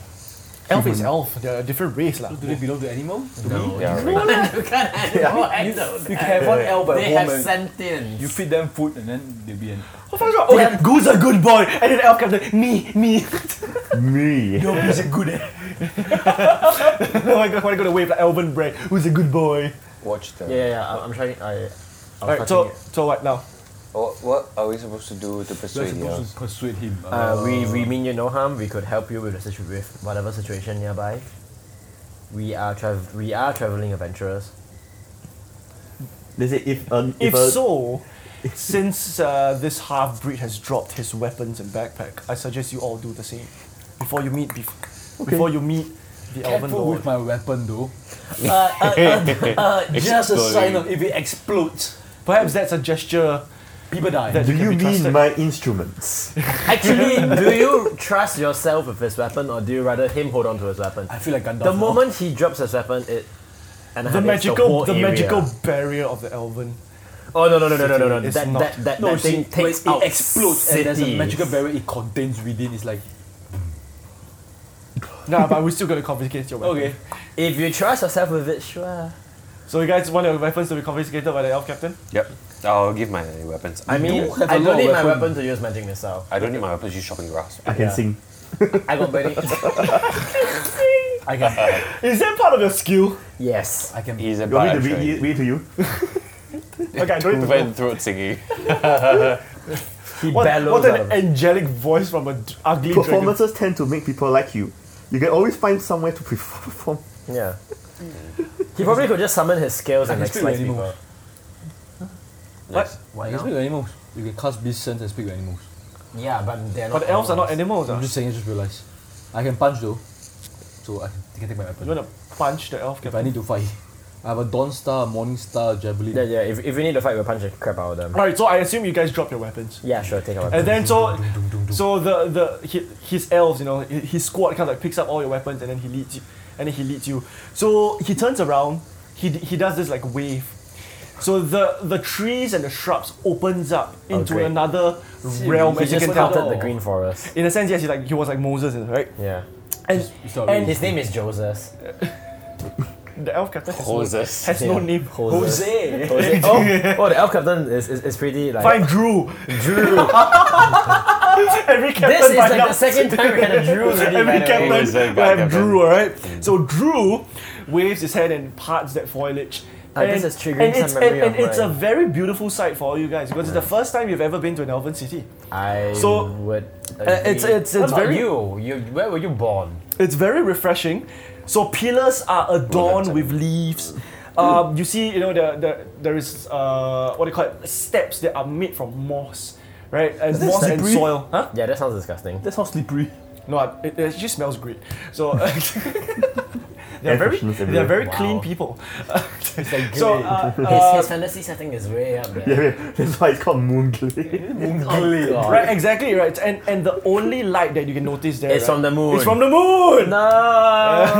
Speaker 1: Elf is
Speaker 2: (laughs)
Speaker 1: elf. They're a different race, lah.
Speaker 5: Do they belong to animal? To me?
Speaker 9: Yeah.
Speaker 2: you can't handle
Speaker 5: You,
Speaker 2: it, though.
Speaker 5: you can have one elf by
Speaker 2: They
Speaker 5: woman.
Speaker 2: have sentience.
Speaker 5: you feed them food and then they'll be an.
Speaker 1: What the fuck's wrong? Okay, Goo's a good boy, and then elf comes like me, me. (laughs)
Speaker 10: Me.
Speaker 5: Elf is a good
Speaker 1: oh my god, when I go to wave like Elvin Brett, who's a good boy.
Speaker 9: Watch the.
Speaker 2: yeah, yeah, yeah. I'm, I'm trying. I. I'm
Speaker 1: Alright, so so what now?
Speaker 9: What, what are we supposed to do to
Speaker 5: We're
Speaker 9: persuade the
Speaker 5: supposed
Speaker 9: elves?
Speaker 5: to persuade him.
Speaker 2: Uh, we, we mean you no harm. We could help you with the situ- with whatever situation nearby. We are trav- we are traveling adventurers.
Speaker 10: They say if um,
Speaker 1: If
Speaker 10: if, a,
Speaker 1: so, since uh, this half breed has dropped his weapons and backpack, I suggest you all do the same before you meet bef- before you meet the Elven
Speaker 5: Careful
Speaker 1: Lord.
Speaker 5: with my weapon though.
Speaker 9: just a sign of
Speaker 5: if it explodes,
Speaker 1: Perhaps that's a gesture
Speaker 5: people die.
Speaker 1: that
Speaker 10: do
Speaker 1: can
Speaker 10: you
Speaker 1: be
Speaker 10: mean
Speaker 1: trusted.
Speaker 10: my instruments?
Speaker 2: (laughs) Actually, do you trust yourself with his weapon, or do you rather him hold on to his weapon?
Speaker 5: I feel like Gandalf.
Speaker 2: The
Speaker 5: now.
Speaker 2: moment he drops his weapon, it and
Speaker 1: the magical the,
Speaker 2: the
Speaker 1: magical barrier of the Elven?
Speaker 2: Oh no no no no no no! no.
Speaker 1: It's
Speaker 2: That,
Speaker 1: not-
Speaker 2: that that
Speaker 5: no,
Speaker 2: that thing
Speaker 5: see, when
Speaker 2: takes out
Speaker 5: it explodes and there's a
Speaker 2: cities.
Speaker 5: magical barrier it contains within. It's like
Speaker 1: nah, but we're still gonna confiscate your weapon.
Speaker 5: (laughs) okay,
Speaker 2: If you trust yourself with it, sure.
Speaker 1: So you guys want your weapons to be confiscated by the elf captain?
Speaker 9: Yep. I'll give my weapons.
Speaker 2: I mean,
Speaker 5: have a
Speaker 2: I
Speaker 5: lot
Speaker 2: don't
Speaker 5: of
Speaker 2: need my
Speaker 5: weapon.
Speaker 2: weapon to use magic missile.
Speaker 9: I don't need my weapons. You shop and grass.
Speaker 10: I can
Speaker 2: Yeah.
Speaker 10: sing.
Speaker 2: I
Speaker 1: (laughs)
Speaker 2: got burning.
Speaker 5: I can
Speaker 1: Is that part of your skill?
Speaker 2: yes.
Speaker 5: I can
Speaker 9: He's a
Speaker 10: You want me to
Speaker 9: bad
Speaker 10: read it, read it to you?
Speaker 1: Okay, I don't need to know.
Speaker 9: Prevent
Speaker 2: (laughs)
Speaker 9: throat singing.
Speaker 2: He
Speaker 1: What,
Speaker 2: bellows
Speaker 1: what
Speaker 2: out
Speaker 1: an
Speaker 2: of it.
Speaker 1: angelic voice from an ugly dragon.
Speaker 10: Performances tend to make people like you. You can always find somewhere to (laughs) perform.
Speaker 2: Yeah. (laughs) He probably could just summon his skills
Speaker 5: I
Speaker 2: and
Speaker 5: can
Speaker 2: like
Speaker 5: speak
Speaker 2: slice
Speaker 5: with
Speaker 2: people.
Speaker 5: animals.
Speaker 9: What?
Speaker 2: Why
Speaker 5: I can
Speaker 2: not?
Speaker 5: speak with animals. You can cast beast sense and speak with animals.
Speaker 2: Yeah, but they're not.
Speaker 1: But elves are not animals.
Speaker 5: I'm
Speaker 1: ah.
Speaker 5: just saying, I just realized. I can punch though, so I can, I can take my
Speaker 1: You
Speaker 5: weapon.
Speaker 1: wanna punch the elf
Speaker 5: If I
Speaker 1: captain?
Speaker 5: need to fight, (laughs) I have a Dawn Star, Morning Star, Javelin.
Speaker 2: Yeah, yeah. If, if we need to fight, we'll punch the crap out of them.
Speaker 1: Alright, so I assume you guys drop your weapons.
Speaker 2: Yeah, sure. Take our
Speaker 1: And
Speaker 2: weapon.
Speaker 1: then so so the the hi- his elves, you know, hi- his squad kind of like picks up all your weapons and then he leads you and then he leads you. So he turns around, he d- he does this like wave. So the the trees and the shrubs opens up into
Speaker 2: great.
Speaker 1: another realm
Speaker 2: He
Speaker 1: as you
Speaker 2: just
Speaker 1: can tell.
Speaker 2: started the green forest.
Speaker 1: In a sense, yes, he like he was like Moses, right?
Speaker 2: Yeah.
Speaker 1: And
Speaker 5: It's not
Speaker 1: and
Speaker 5: really-
Speaker 2: His name is Joseph.
Speaker 1: the elf captain has, no,
Speaker 9: Horses.
Speaker 1: has no name. (laughs)
Speaker 2: Jose. Jose. Oh, oh, the elf captain is, is, is pretty like
Speaker 1: Find Drew.
Speaker 2: Drew.
Speaker 1: (laughs) Every captain
Speaker 2: This is
Speaker 1: by
Speaker 2: like
Speaker 1: now-
Speaker 2: the second time we had a
Speaker 1: (laughs)
Speaker 2: Drew already.
Speaker 1: Every
Speaker 2: by the way.
Speaker 1: captain
Speaker 9: Always like
Speaker 1: will have
Speaker 9: captain.
Speaker 1: Drew, alright? So Drew waves his head and parts that foliage.
Speaker 2: Ah, this is triggering
Speaker 1: and it's,
Speaker 2: some memory
Speaker 1: and, and
Speaker 2: of
Speaker 1: it's a
Speaker 2: mine.
Speaker 1: very beautiful sight for all you guys because it's the first time you've ever been to an elven city.
Speaker 2: I
Speaker 1: So, uh,
Speaker 2: would.
Speaker 1: it's-
Speaker 2: agree.
Speaker 1: it's-
Speaker 2: What
Speaker 1: it's
Speaker 2: about
Speaker 1: very-
Speaker 2: you. You where were you born?
Speaker 1: It's very refreshing. So pillars are adorned with leaves.
Speaker 2: Mm.
Speaker 1: Um, you see, you know, the, the, there is uh, what do you call it? Steps that are made from moss, right? And
Speaker 10: that
Speaker 1: moss and
Speaker 10: slippery?
Speaker 1: soil, huh?
Speaker 2: Yeah, that sounds disgusting.
Speaker 10: That's how slippery.
Speaker 1: No, I- it, it actually smells great.
Speaker 2: (laughs)
Speaker 1: So (laughs) they're
Speaker 10: Air
Speaker 1: very
Speaker 10: fresheners
Speaker 1: they're
Speaker 10: everywhere.
Speaker 1: very
Speaker 2: Wow.
Speaker 1: clean
Speaker 2: (laughs)
Speaker 1: people.
Speaker 2: like
Speaker 1: so
Speaker 2: good.
Speaker 1: uh,
Speaker 2: (laughs) His,
Speaker 1: uh,
Speaker 2: his fantasy setting is way up there. Oh,
Speaker 10: Yeah, yeah. (laughs) That's why it's called Moongly.
Speaker 2: God.
Speaker 1: right, exactly right. And and the only light that you can notice there
Speaker 2: It's
Speaker 1: right,
Speaker 2: from the moon.
Speaker 1: It's from the moon. Uh,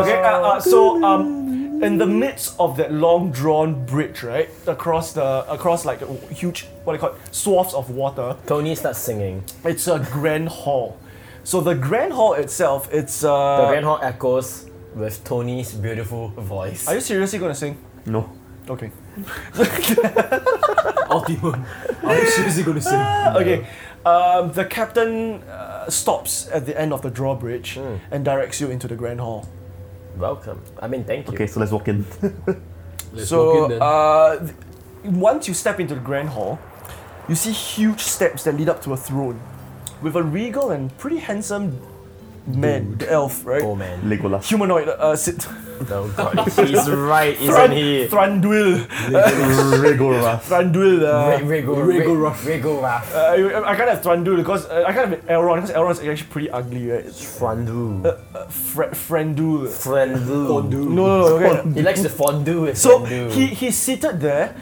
Speaker 1: (laughs) Okay, uh, uh, so um, in the midst of that long drawn bridge, right across the across like a huge what do you call it, swaths of water,
Speaker 2: Tony starts singing.
Speaker 1: it's a grand hall. So the grand hall itself, it's
Speaker 2: The
Speaker 1: uh,
Speaker 2: Grand Hall echoes with Tony's beautiful voice.
Speaker 1: are you seriously gonna sing?
Speaker 10: No.
Speaker 1: Okay.
Speaker 5: (laughs)
Speaker 1: (laughs)
Speaker 5: Ultimate. Are you seriously going to sing?
Speaker 1: (laughs) Okay. Um, the captain uh, stops at the end of the drawbridge
Speaker 5: Hmm.
Speaker 1: and directs you into the grand hall.
Speaker 2: Welcome. I mean, thank you.
Speaker 10: Okay, so let's walk (laughs) in.
Speaker 5: Let's
Speaker 1: So,
Speaker 5: walk in then.
Speaker 1: uh, th- once you step into the grand hall, you see huge steps that lead up to a throne with a regal and pretty handsome man, the elf, right?
Speaker 2: Oh
Speaker 10: (laughs)
Speaker 2: man.
Speaker 10: Legolas.
Speaker 1: Humanoid, uh, sit.
Speaker 2: Oh god. He's right, isn't he?
Speaker 1: Thranduil.
Speaker 10: Legolas.
Speaker 1: Thranduil. Uh,
Speaker 2: Rigorough. Rigorough.
Speaker 1: I, I- I can't have Thranduil because uh, I can't have Elrond because Elrond's actually pretty ugly, right? It's
Speaker 2: Fondue.
Speaker 1: Fre- Frandul. No,
Speaker 2: Fondue.
Speaker 1: no, no, okay.
Speaker 2: (laughs) He likes to fondue with
Speaker 1: So
Speaker 2: fondue.
Speaker 1: he, he's seated there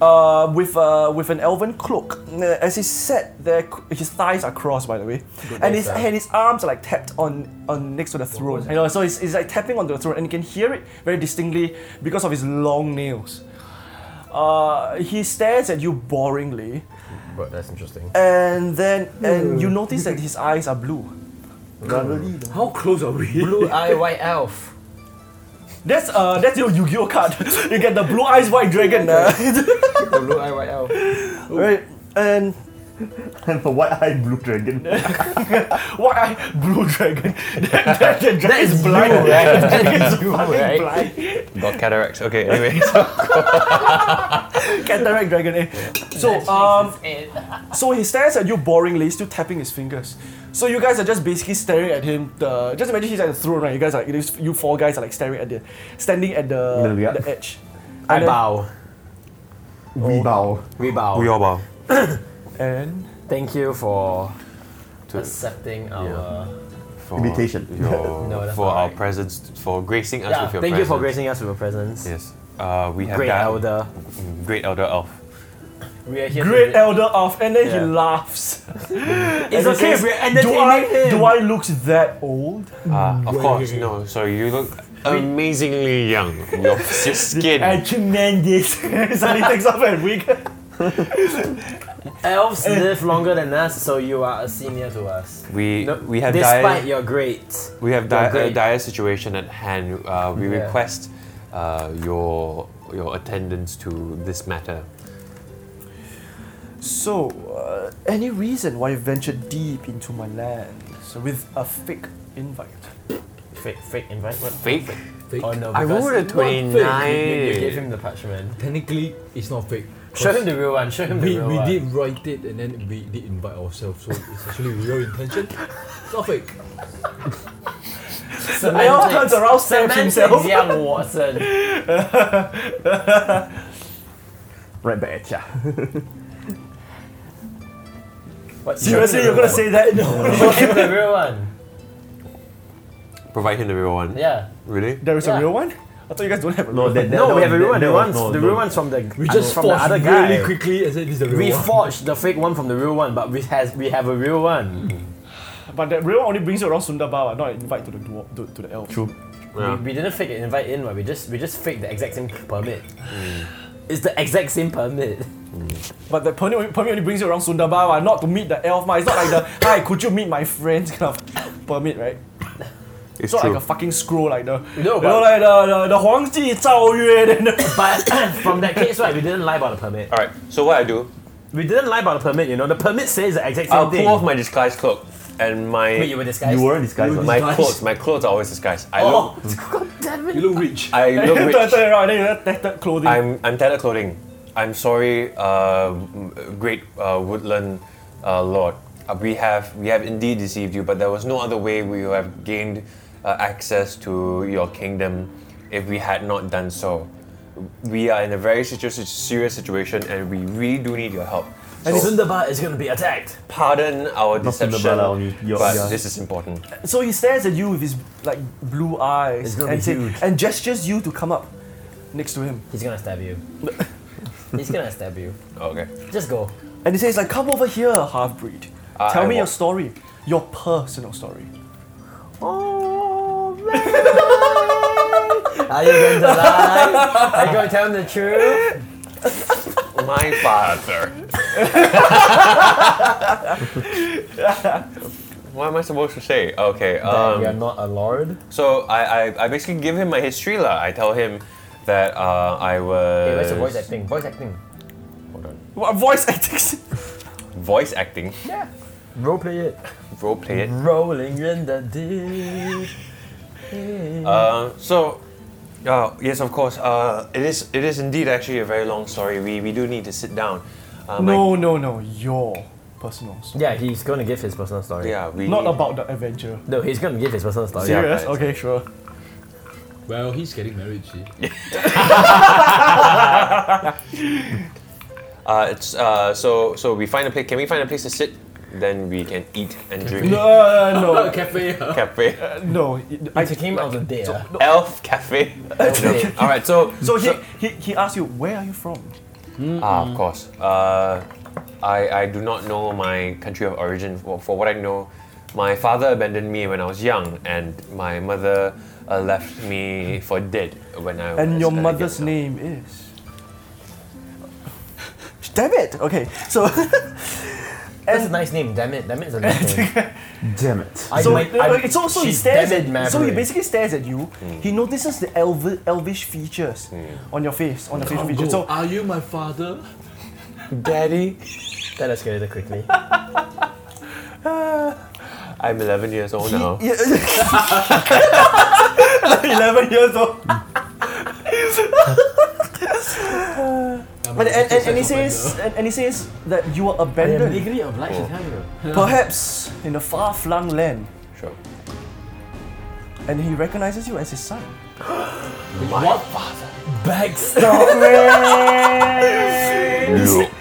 Speaker 1: uh, with, uh, with an elven cloak. Uh, As he sat there, c- his thighs are crossed, by the way. and, his,
Speaker 2: sir.
Speaker 1: and his arms are like tapped on, on next to the throne. You know, so he's, he's like tapping onto the throne, and you can hear it very distinctly because of his long nails. Uh, he stares at you boringly,
Speaker 2: But that's interesting.
Speaker 1: and then and you notice that his eyes are blue.
Speaker 5: How close are we?
Speaker 2: Blue eye white elf.
Speaker 1: That's uh, that's your Yu-Gi-Oh card. (laughs) you get the blue eyes white
Speaker 2: (laughs)
Speaker 1: dragon. uh,
Speaker 2: The blue eye white elf.
Speaker 1: (laughs) right, and
Speaker 10: I'm a white-eyed blue
Speaker 1: (laughs)
Speaker 10: dragon.
Speaker 1: Why I- blue dragon? (laughs) that, that, that
Speaker 2: That
Speaker 1: dragon's
Speaker 2: is
Speaker 1: blind.
Speaker 2: you, right? That is you,
Speaker 1: Fucking
Speaker 2: right?
Speaker 1: blind.
Speaker 9: Got cataracts. Okay,
Speaker 2: (laughs)
Speaker 9: anyway. so-
Speaker 1: Cataract dragon, eh? So um, so he stares at you boringly, still tapping his fingers. So you guys are just basically staring at him. The just imagine he's at the throne, right? You guys are you you four guys are like staring at the standing at the
Speaker 10: Yeah.
Speaker 1: the edge.
Speaker 2: I
Speaker 1: And then-
Speaker 2: bow.
Speaker 10: We bow.
Speaker 2: We bow.
Speaker 9: all bow.
Speaker 1: And
Speaker 2: Thank you for accepting our.
Speaker 9: For
Speaker 10: Invitation.
Speaker 2: (laughs)
Speaker 9: Your,
Speaker 2: No, that's
Speaker 9: for
Speaker 2: not
Speaker 9: our
Speaker 2: right.
Speaker 9: presence, for gracing us
Speaker 2: Yeah,
Speaker 9: with your
Speaker 2: thank you
Speaker 9: presence.
Speaker 2: for gracing us with your presence.
Speaker 9: Yes. Uh, we have
Speaker 2: Great
Speaker 9: that- Mm,
Speaker 2: elder.
Speaker 9: Great elder elf.
Speaker 2: We are here.
Speaker 1: great
Speaker 2: to
Speaker 1: elder of, and then
Speaker 2: Yeah.
Speaker 1: he laughs.
Speaker 2: It's
Speaker 1: And he
Speaker 2: okay.
Speaker 1: says,
Speaker 2: We're
Speaker 1: do I
Speaker 2: entertaining him.
Speaker 1: do I look that old?
Speaker 2: Mm.
Speaker 9: Ah, of course, no. So you look amazingly
Speaker 2: (laughs)
Speaker 9: young. Your, your skin.
Speaker 1: And tremendous. (laughs) so he takes off and wig.
Speaker 2: Elves
Speaker 5: Eh.
Speaker 2: live longer than us, so you are a senior to us.
Speaker 9: We
Speaker 2: No,
Speaker 9: we have
Speaker 2: despite
Speaker 9: dire,
Speaker 2: your grades.
Speaker 9: we have dire,
Speaker 2: your
Speaker 9: a
Speaker 2: grade.
Speaker 9: dire situation at hand. Uh, we
Speaker 2: Yeah.
Speaker 9: request uh, your your attendance to this matter.
Speaker 1: So, uh, any reason why you ventured deep into my lands with a fake invite?
Speaker 2: Fake, fake invite. What?
Speaker 9: Fake.
Speaker 5: Fake.
Speaker 2: Oh no!
Speaker 9: I
Speaker 2: because
Speaker 9: rolled a
Speaker 2: it's not fake. You, you
Speaker 9: 29.
Speaker 2: gave him the parchment.
Speaker 5: Technically, it's not fake.
Speaker 2: Show him the real one. Show him the
Speaker 5: We,
Speaker 2: real
Speaker 5: we
Speaker 2: one.
Speaker 5: did write it and then we did invite ourselves, so it's actually real intention. It's not fake.
Speaker 2: (laughs)
Speaker 1: I all turns around, stabs
Speaker 2: Semantics,
Speaker 1: himself.
Speaker 2: young Watson.
Speaker 10: Right back at ya.
Speaker 2: What,
Speaker 1: Seriously, you're gonna say that? No.
Speaker 2: Show him the real one.
Speaker 9: Provide him the real one.
Speaker 2: Yeah.
Speaker 9: Really?
Speaker 1: (laughs) There is
Speaker 2: Yeah.
Speaker 1: a real one? I thought you guys don't have a
Speaker 10: No,
Speaker 1: real
Speaker 10: that,
Speaker 1: one.
Speaker 10: that,
Speaker 2: No,
Speaker 10: that
Speaker 2: we have a
Speaker 10: one-
Speaker 2: real one.
Speaker 10: that-
Speaker 2: The
Speaker 10: that
Speaker 2: one's
Speaker 10: was-
Speaker 2: the
Speaker 10: no,
Speaker 2: real
Speaker 10: no.
Speaker 2: one's from the
Speaker 5: We just
Speaker 2: from the
Speaker 5: forged
Speaker 2: other guy.
Speaker 5: really quickly and said this is the real
Speaker 2: We
Speaker 5: one.
Speaker 2: forged the fake one from the real one, but we has we have a real one.
Speaker 1: But that real one only brings you around Sundabawa, not an invite to the dwarf, to, to the elf.
Speaker 10: True.
Speaker 9: Yeah.
Speaker 2: We, we didn't fake an invite in, but we just we just faked the exact same permit. It's the exact same permit.
Speaker 1: But the permit, only- permit only brings you around Sundabawa, not to meet the elf. Ma. It's not like the,
Speaker 11: (laughs)
Speaker 1: hi, could you meet my friends kind of permit, right?
Speaker 9: It's
Speaker 1: It's not
Speaker 9: true.
Speaker 1: like a fucking scroll like the,
Speaker 2: No,
Speaker 1: you know,
Speaker 2: but-
Speaker 1: like the, the, the 皇帝诏曰 (laughs) then the
Speaker 2: But from that case, right, we didn't lie about the permit.
Speaker 9: All right. So what I do
Speaker 10: We didn't lie about the permit, you know. The permit says the exact same
Speaker 9: I'll
Speaker 10: thing.
Speaker 9: pull off my disguise cloak and my
Speaker 11: Oh, Wait, you were disguised.
Speaker 10: you weren't disguised.
Speaker 5: You were
Speaker 10: what?
Speaker 9: my
Speaker 5: Disguise?
Speaker 9: (laughs) clothes. My clothes are always disguised. I look.
Speaker 11: Oh, god damn
Speaker 5: You
Speaker 11: it.
Speaker 5: look rich.
Speaker 11: (laughs)
Speaker 9: I
Speaker 1: (laughs)
Speaker 9: look
Speaker 1: Turn-
Speaker 9: rich.
Speaker 1: Turn around, then you tattered clothing.
Speaker 9: I'm I'm tattered clothing. I'm sorry, uh, m- great uh, woodland uh, lord. Uh, we have we have indeed deceived you, but there was no other way we would have gained uh, access to your kingdom if we had not done so. We are in a very situ- serious situation, and we really do need your help.
Speaker 11: And
Speaker 9: So
Speaker 11: Sundaba is gonna be attacked.
Speaker 9: pardon our
Speaker 10: Nothing
Speaker 9: deception,
Speaker 10: about our- your-
Speaker 9: but
Speaker 10: yeah.
Speaker 9: this is important.
Speaker 1: So he stares at you with his like blue
Speaker 11: It's
Speaker 1: eyes
Speaker 11: gonna
Speaker 1: and,
Speaker 11: be
Speaker 1: say-
Speaker 11: huge.
Speaker 1: and gestures you to come up next to him.
Speaker 11: He's gonna (laughs) stab you. He's gonna stab you.
Speaker 9: Okay.
Speaker 11: Just go.
Speaker 1: And he says like, "Come over here, half breed.
Speaker 9: I-
Speaker 1: Tell
Speaker 9: I
Speaker 1: me your
Speaker 9: walk.
Speaker 1: story, your personal story."
Speaker 11: Oh, Are you going to lie? Are you going to tell him the truth?
Speaker 9: Oh My father. (laughs) what am I supposed to say? Okay.
Speaker 11: That
Speaker 9: Um,
Speaker 11: you're not a lord?
Speaker 9: So I, I, I basically give him my history lah. I tell him that uh, I was.
Speaker 11: Hey, where's your voice acting? Voice acting.
Speaker 9: Hold on.
Speaker 1: What (laughs) voice acting?
Speaker 9: Voice acting.
Speaker 11: Yeah. Roleplay it.
Speaker 9: Role play
Speaker 2: Mm-hmm.
Speaker 9: it.
Speaker 11: Rolling in the deep.
Speaker 9: Uh, so, uh, yes, of course. Uh, it is it is indeed actually a very long story. We we do need to sit down. Uh, my-
Speaker 1: no, no, no. Your personal story.
Speaker 11: Yeah, he's gonna give his personal story.
Speaker 9: yeah. We.
Speaker 1: Not about the adventure.
Speaker 11: No, he's gonna give his personal story.
Speaker 9: Yeah,
Speaker 1: Serious?
Speaker 9: guys.
Speaker 1: okay, sure.
Speaker 5: Well, he's getting married, see.
Speaker 9: Uh, it's uh, so so we find a place. Can we find a place to sit? Then we can eat and
Speaker 1: (laughs)
Speaker 9: drink.
Speaker 1: No, uh, (laughs)
Speaker 5: Oh,
Speaker 1: no,
Speaker 5: cafe.
Speaker 1: (laughs)
Speaker 5: huh?
Speaker 9: Cafe.
Speaker 1: no.
Speaker 11: I
Speaker 1: I,
Speaker 11: came out of the day. ah.
Speaker 1: (laughs)
Speaker 9: Elf Cafe. All right. So
Speaker 1: so he, he he asked you, "Where are you from?"
Speaker 9: Ah, of course. Uh, I, I do not know my country of origin. For, for what I know, my father abandoned me when I was young, and my mother uh, left me for dead when I was.
Speaker 1: And your
Speaker 9: a
Speaker 1: mother's name
Speaker 9: young-
Speaker 1: is. Damn it! Okay, so (laughs)
Speaker 11: That's a nice name, damn it. Damn it's a
Speaker 1: (laughs)
Speaker 11: nice name.
Speaker 10: Damn it.
Speaker 11: I
Speaker 1: so
Speaker 11: might-
Speaker 1: uh,
Speaker 11: I-
Speaker 1: it's also he
Speaker 11: she's
Speaker 1: stares
Speaker 11: damn it,
Speaker 1: at so
Speaker 11: Maverick.
Speaker 1: he
Speaker 11: Hmm.
Speaker 1: basically stares at you. He notices the elvi- elvish features on your face,
Speaker 11: Oh,
Speaker 1: on your facial features.
Speaker 5: Go,
Speaker 1: So
Speaker 5: Oh, are you my father?
Speaker 9: Daddy,
Speaker 11: That escalated quickly.
Speaker 9: I'm 11 years old now.
Speaker 1: Yeah. Like Eleven years old.
Speaker 5: I'm
Speaker 1: And,
Speaker 5: a
Speaker 1: and, and, and he
Speaker 5: successful
Speaker 1: says and, and he says that you are
Speaker 11: I am
Speaker 1: abandoned,
Speaker 11: legally obliged to tell you.
Speaker 1: perhaps in a far-flung land,
Speaker 9: Sure.
Speaker 1: and he recognizes you as his son.
Speaker 5: vendor. What?
Speaker 11: Backstab!
Speaker 9: Look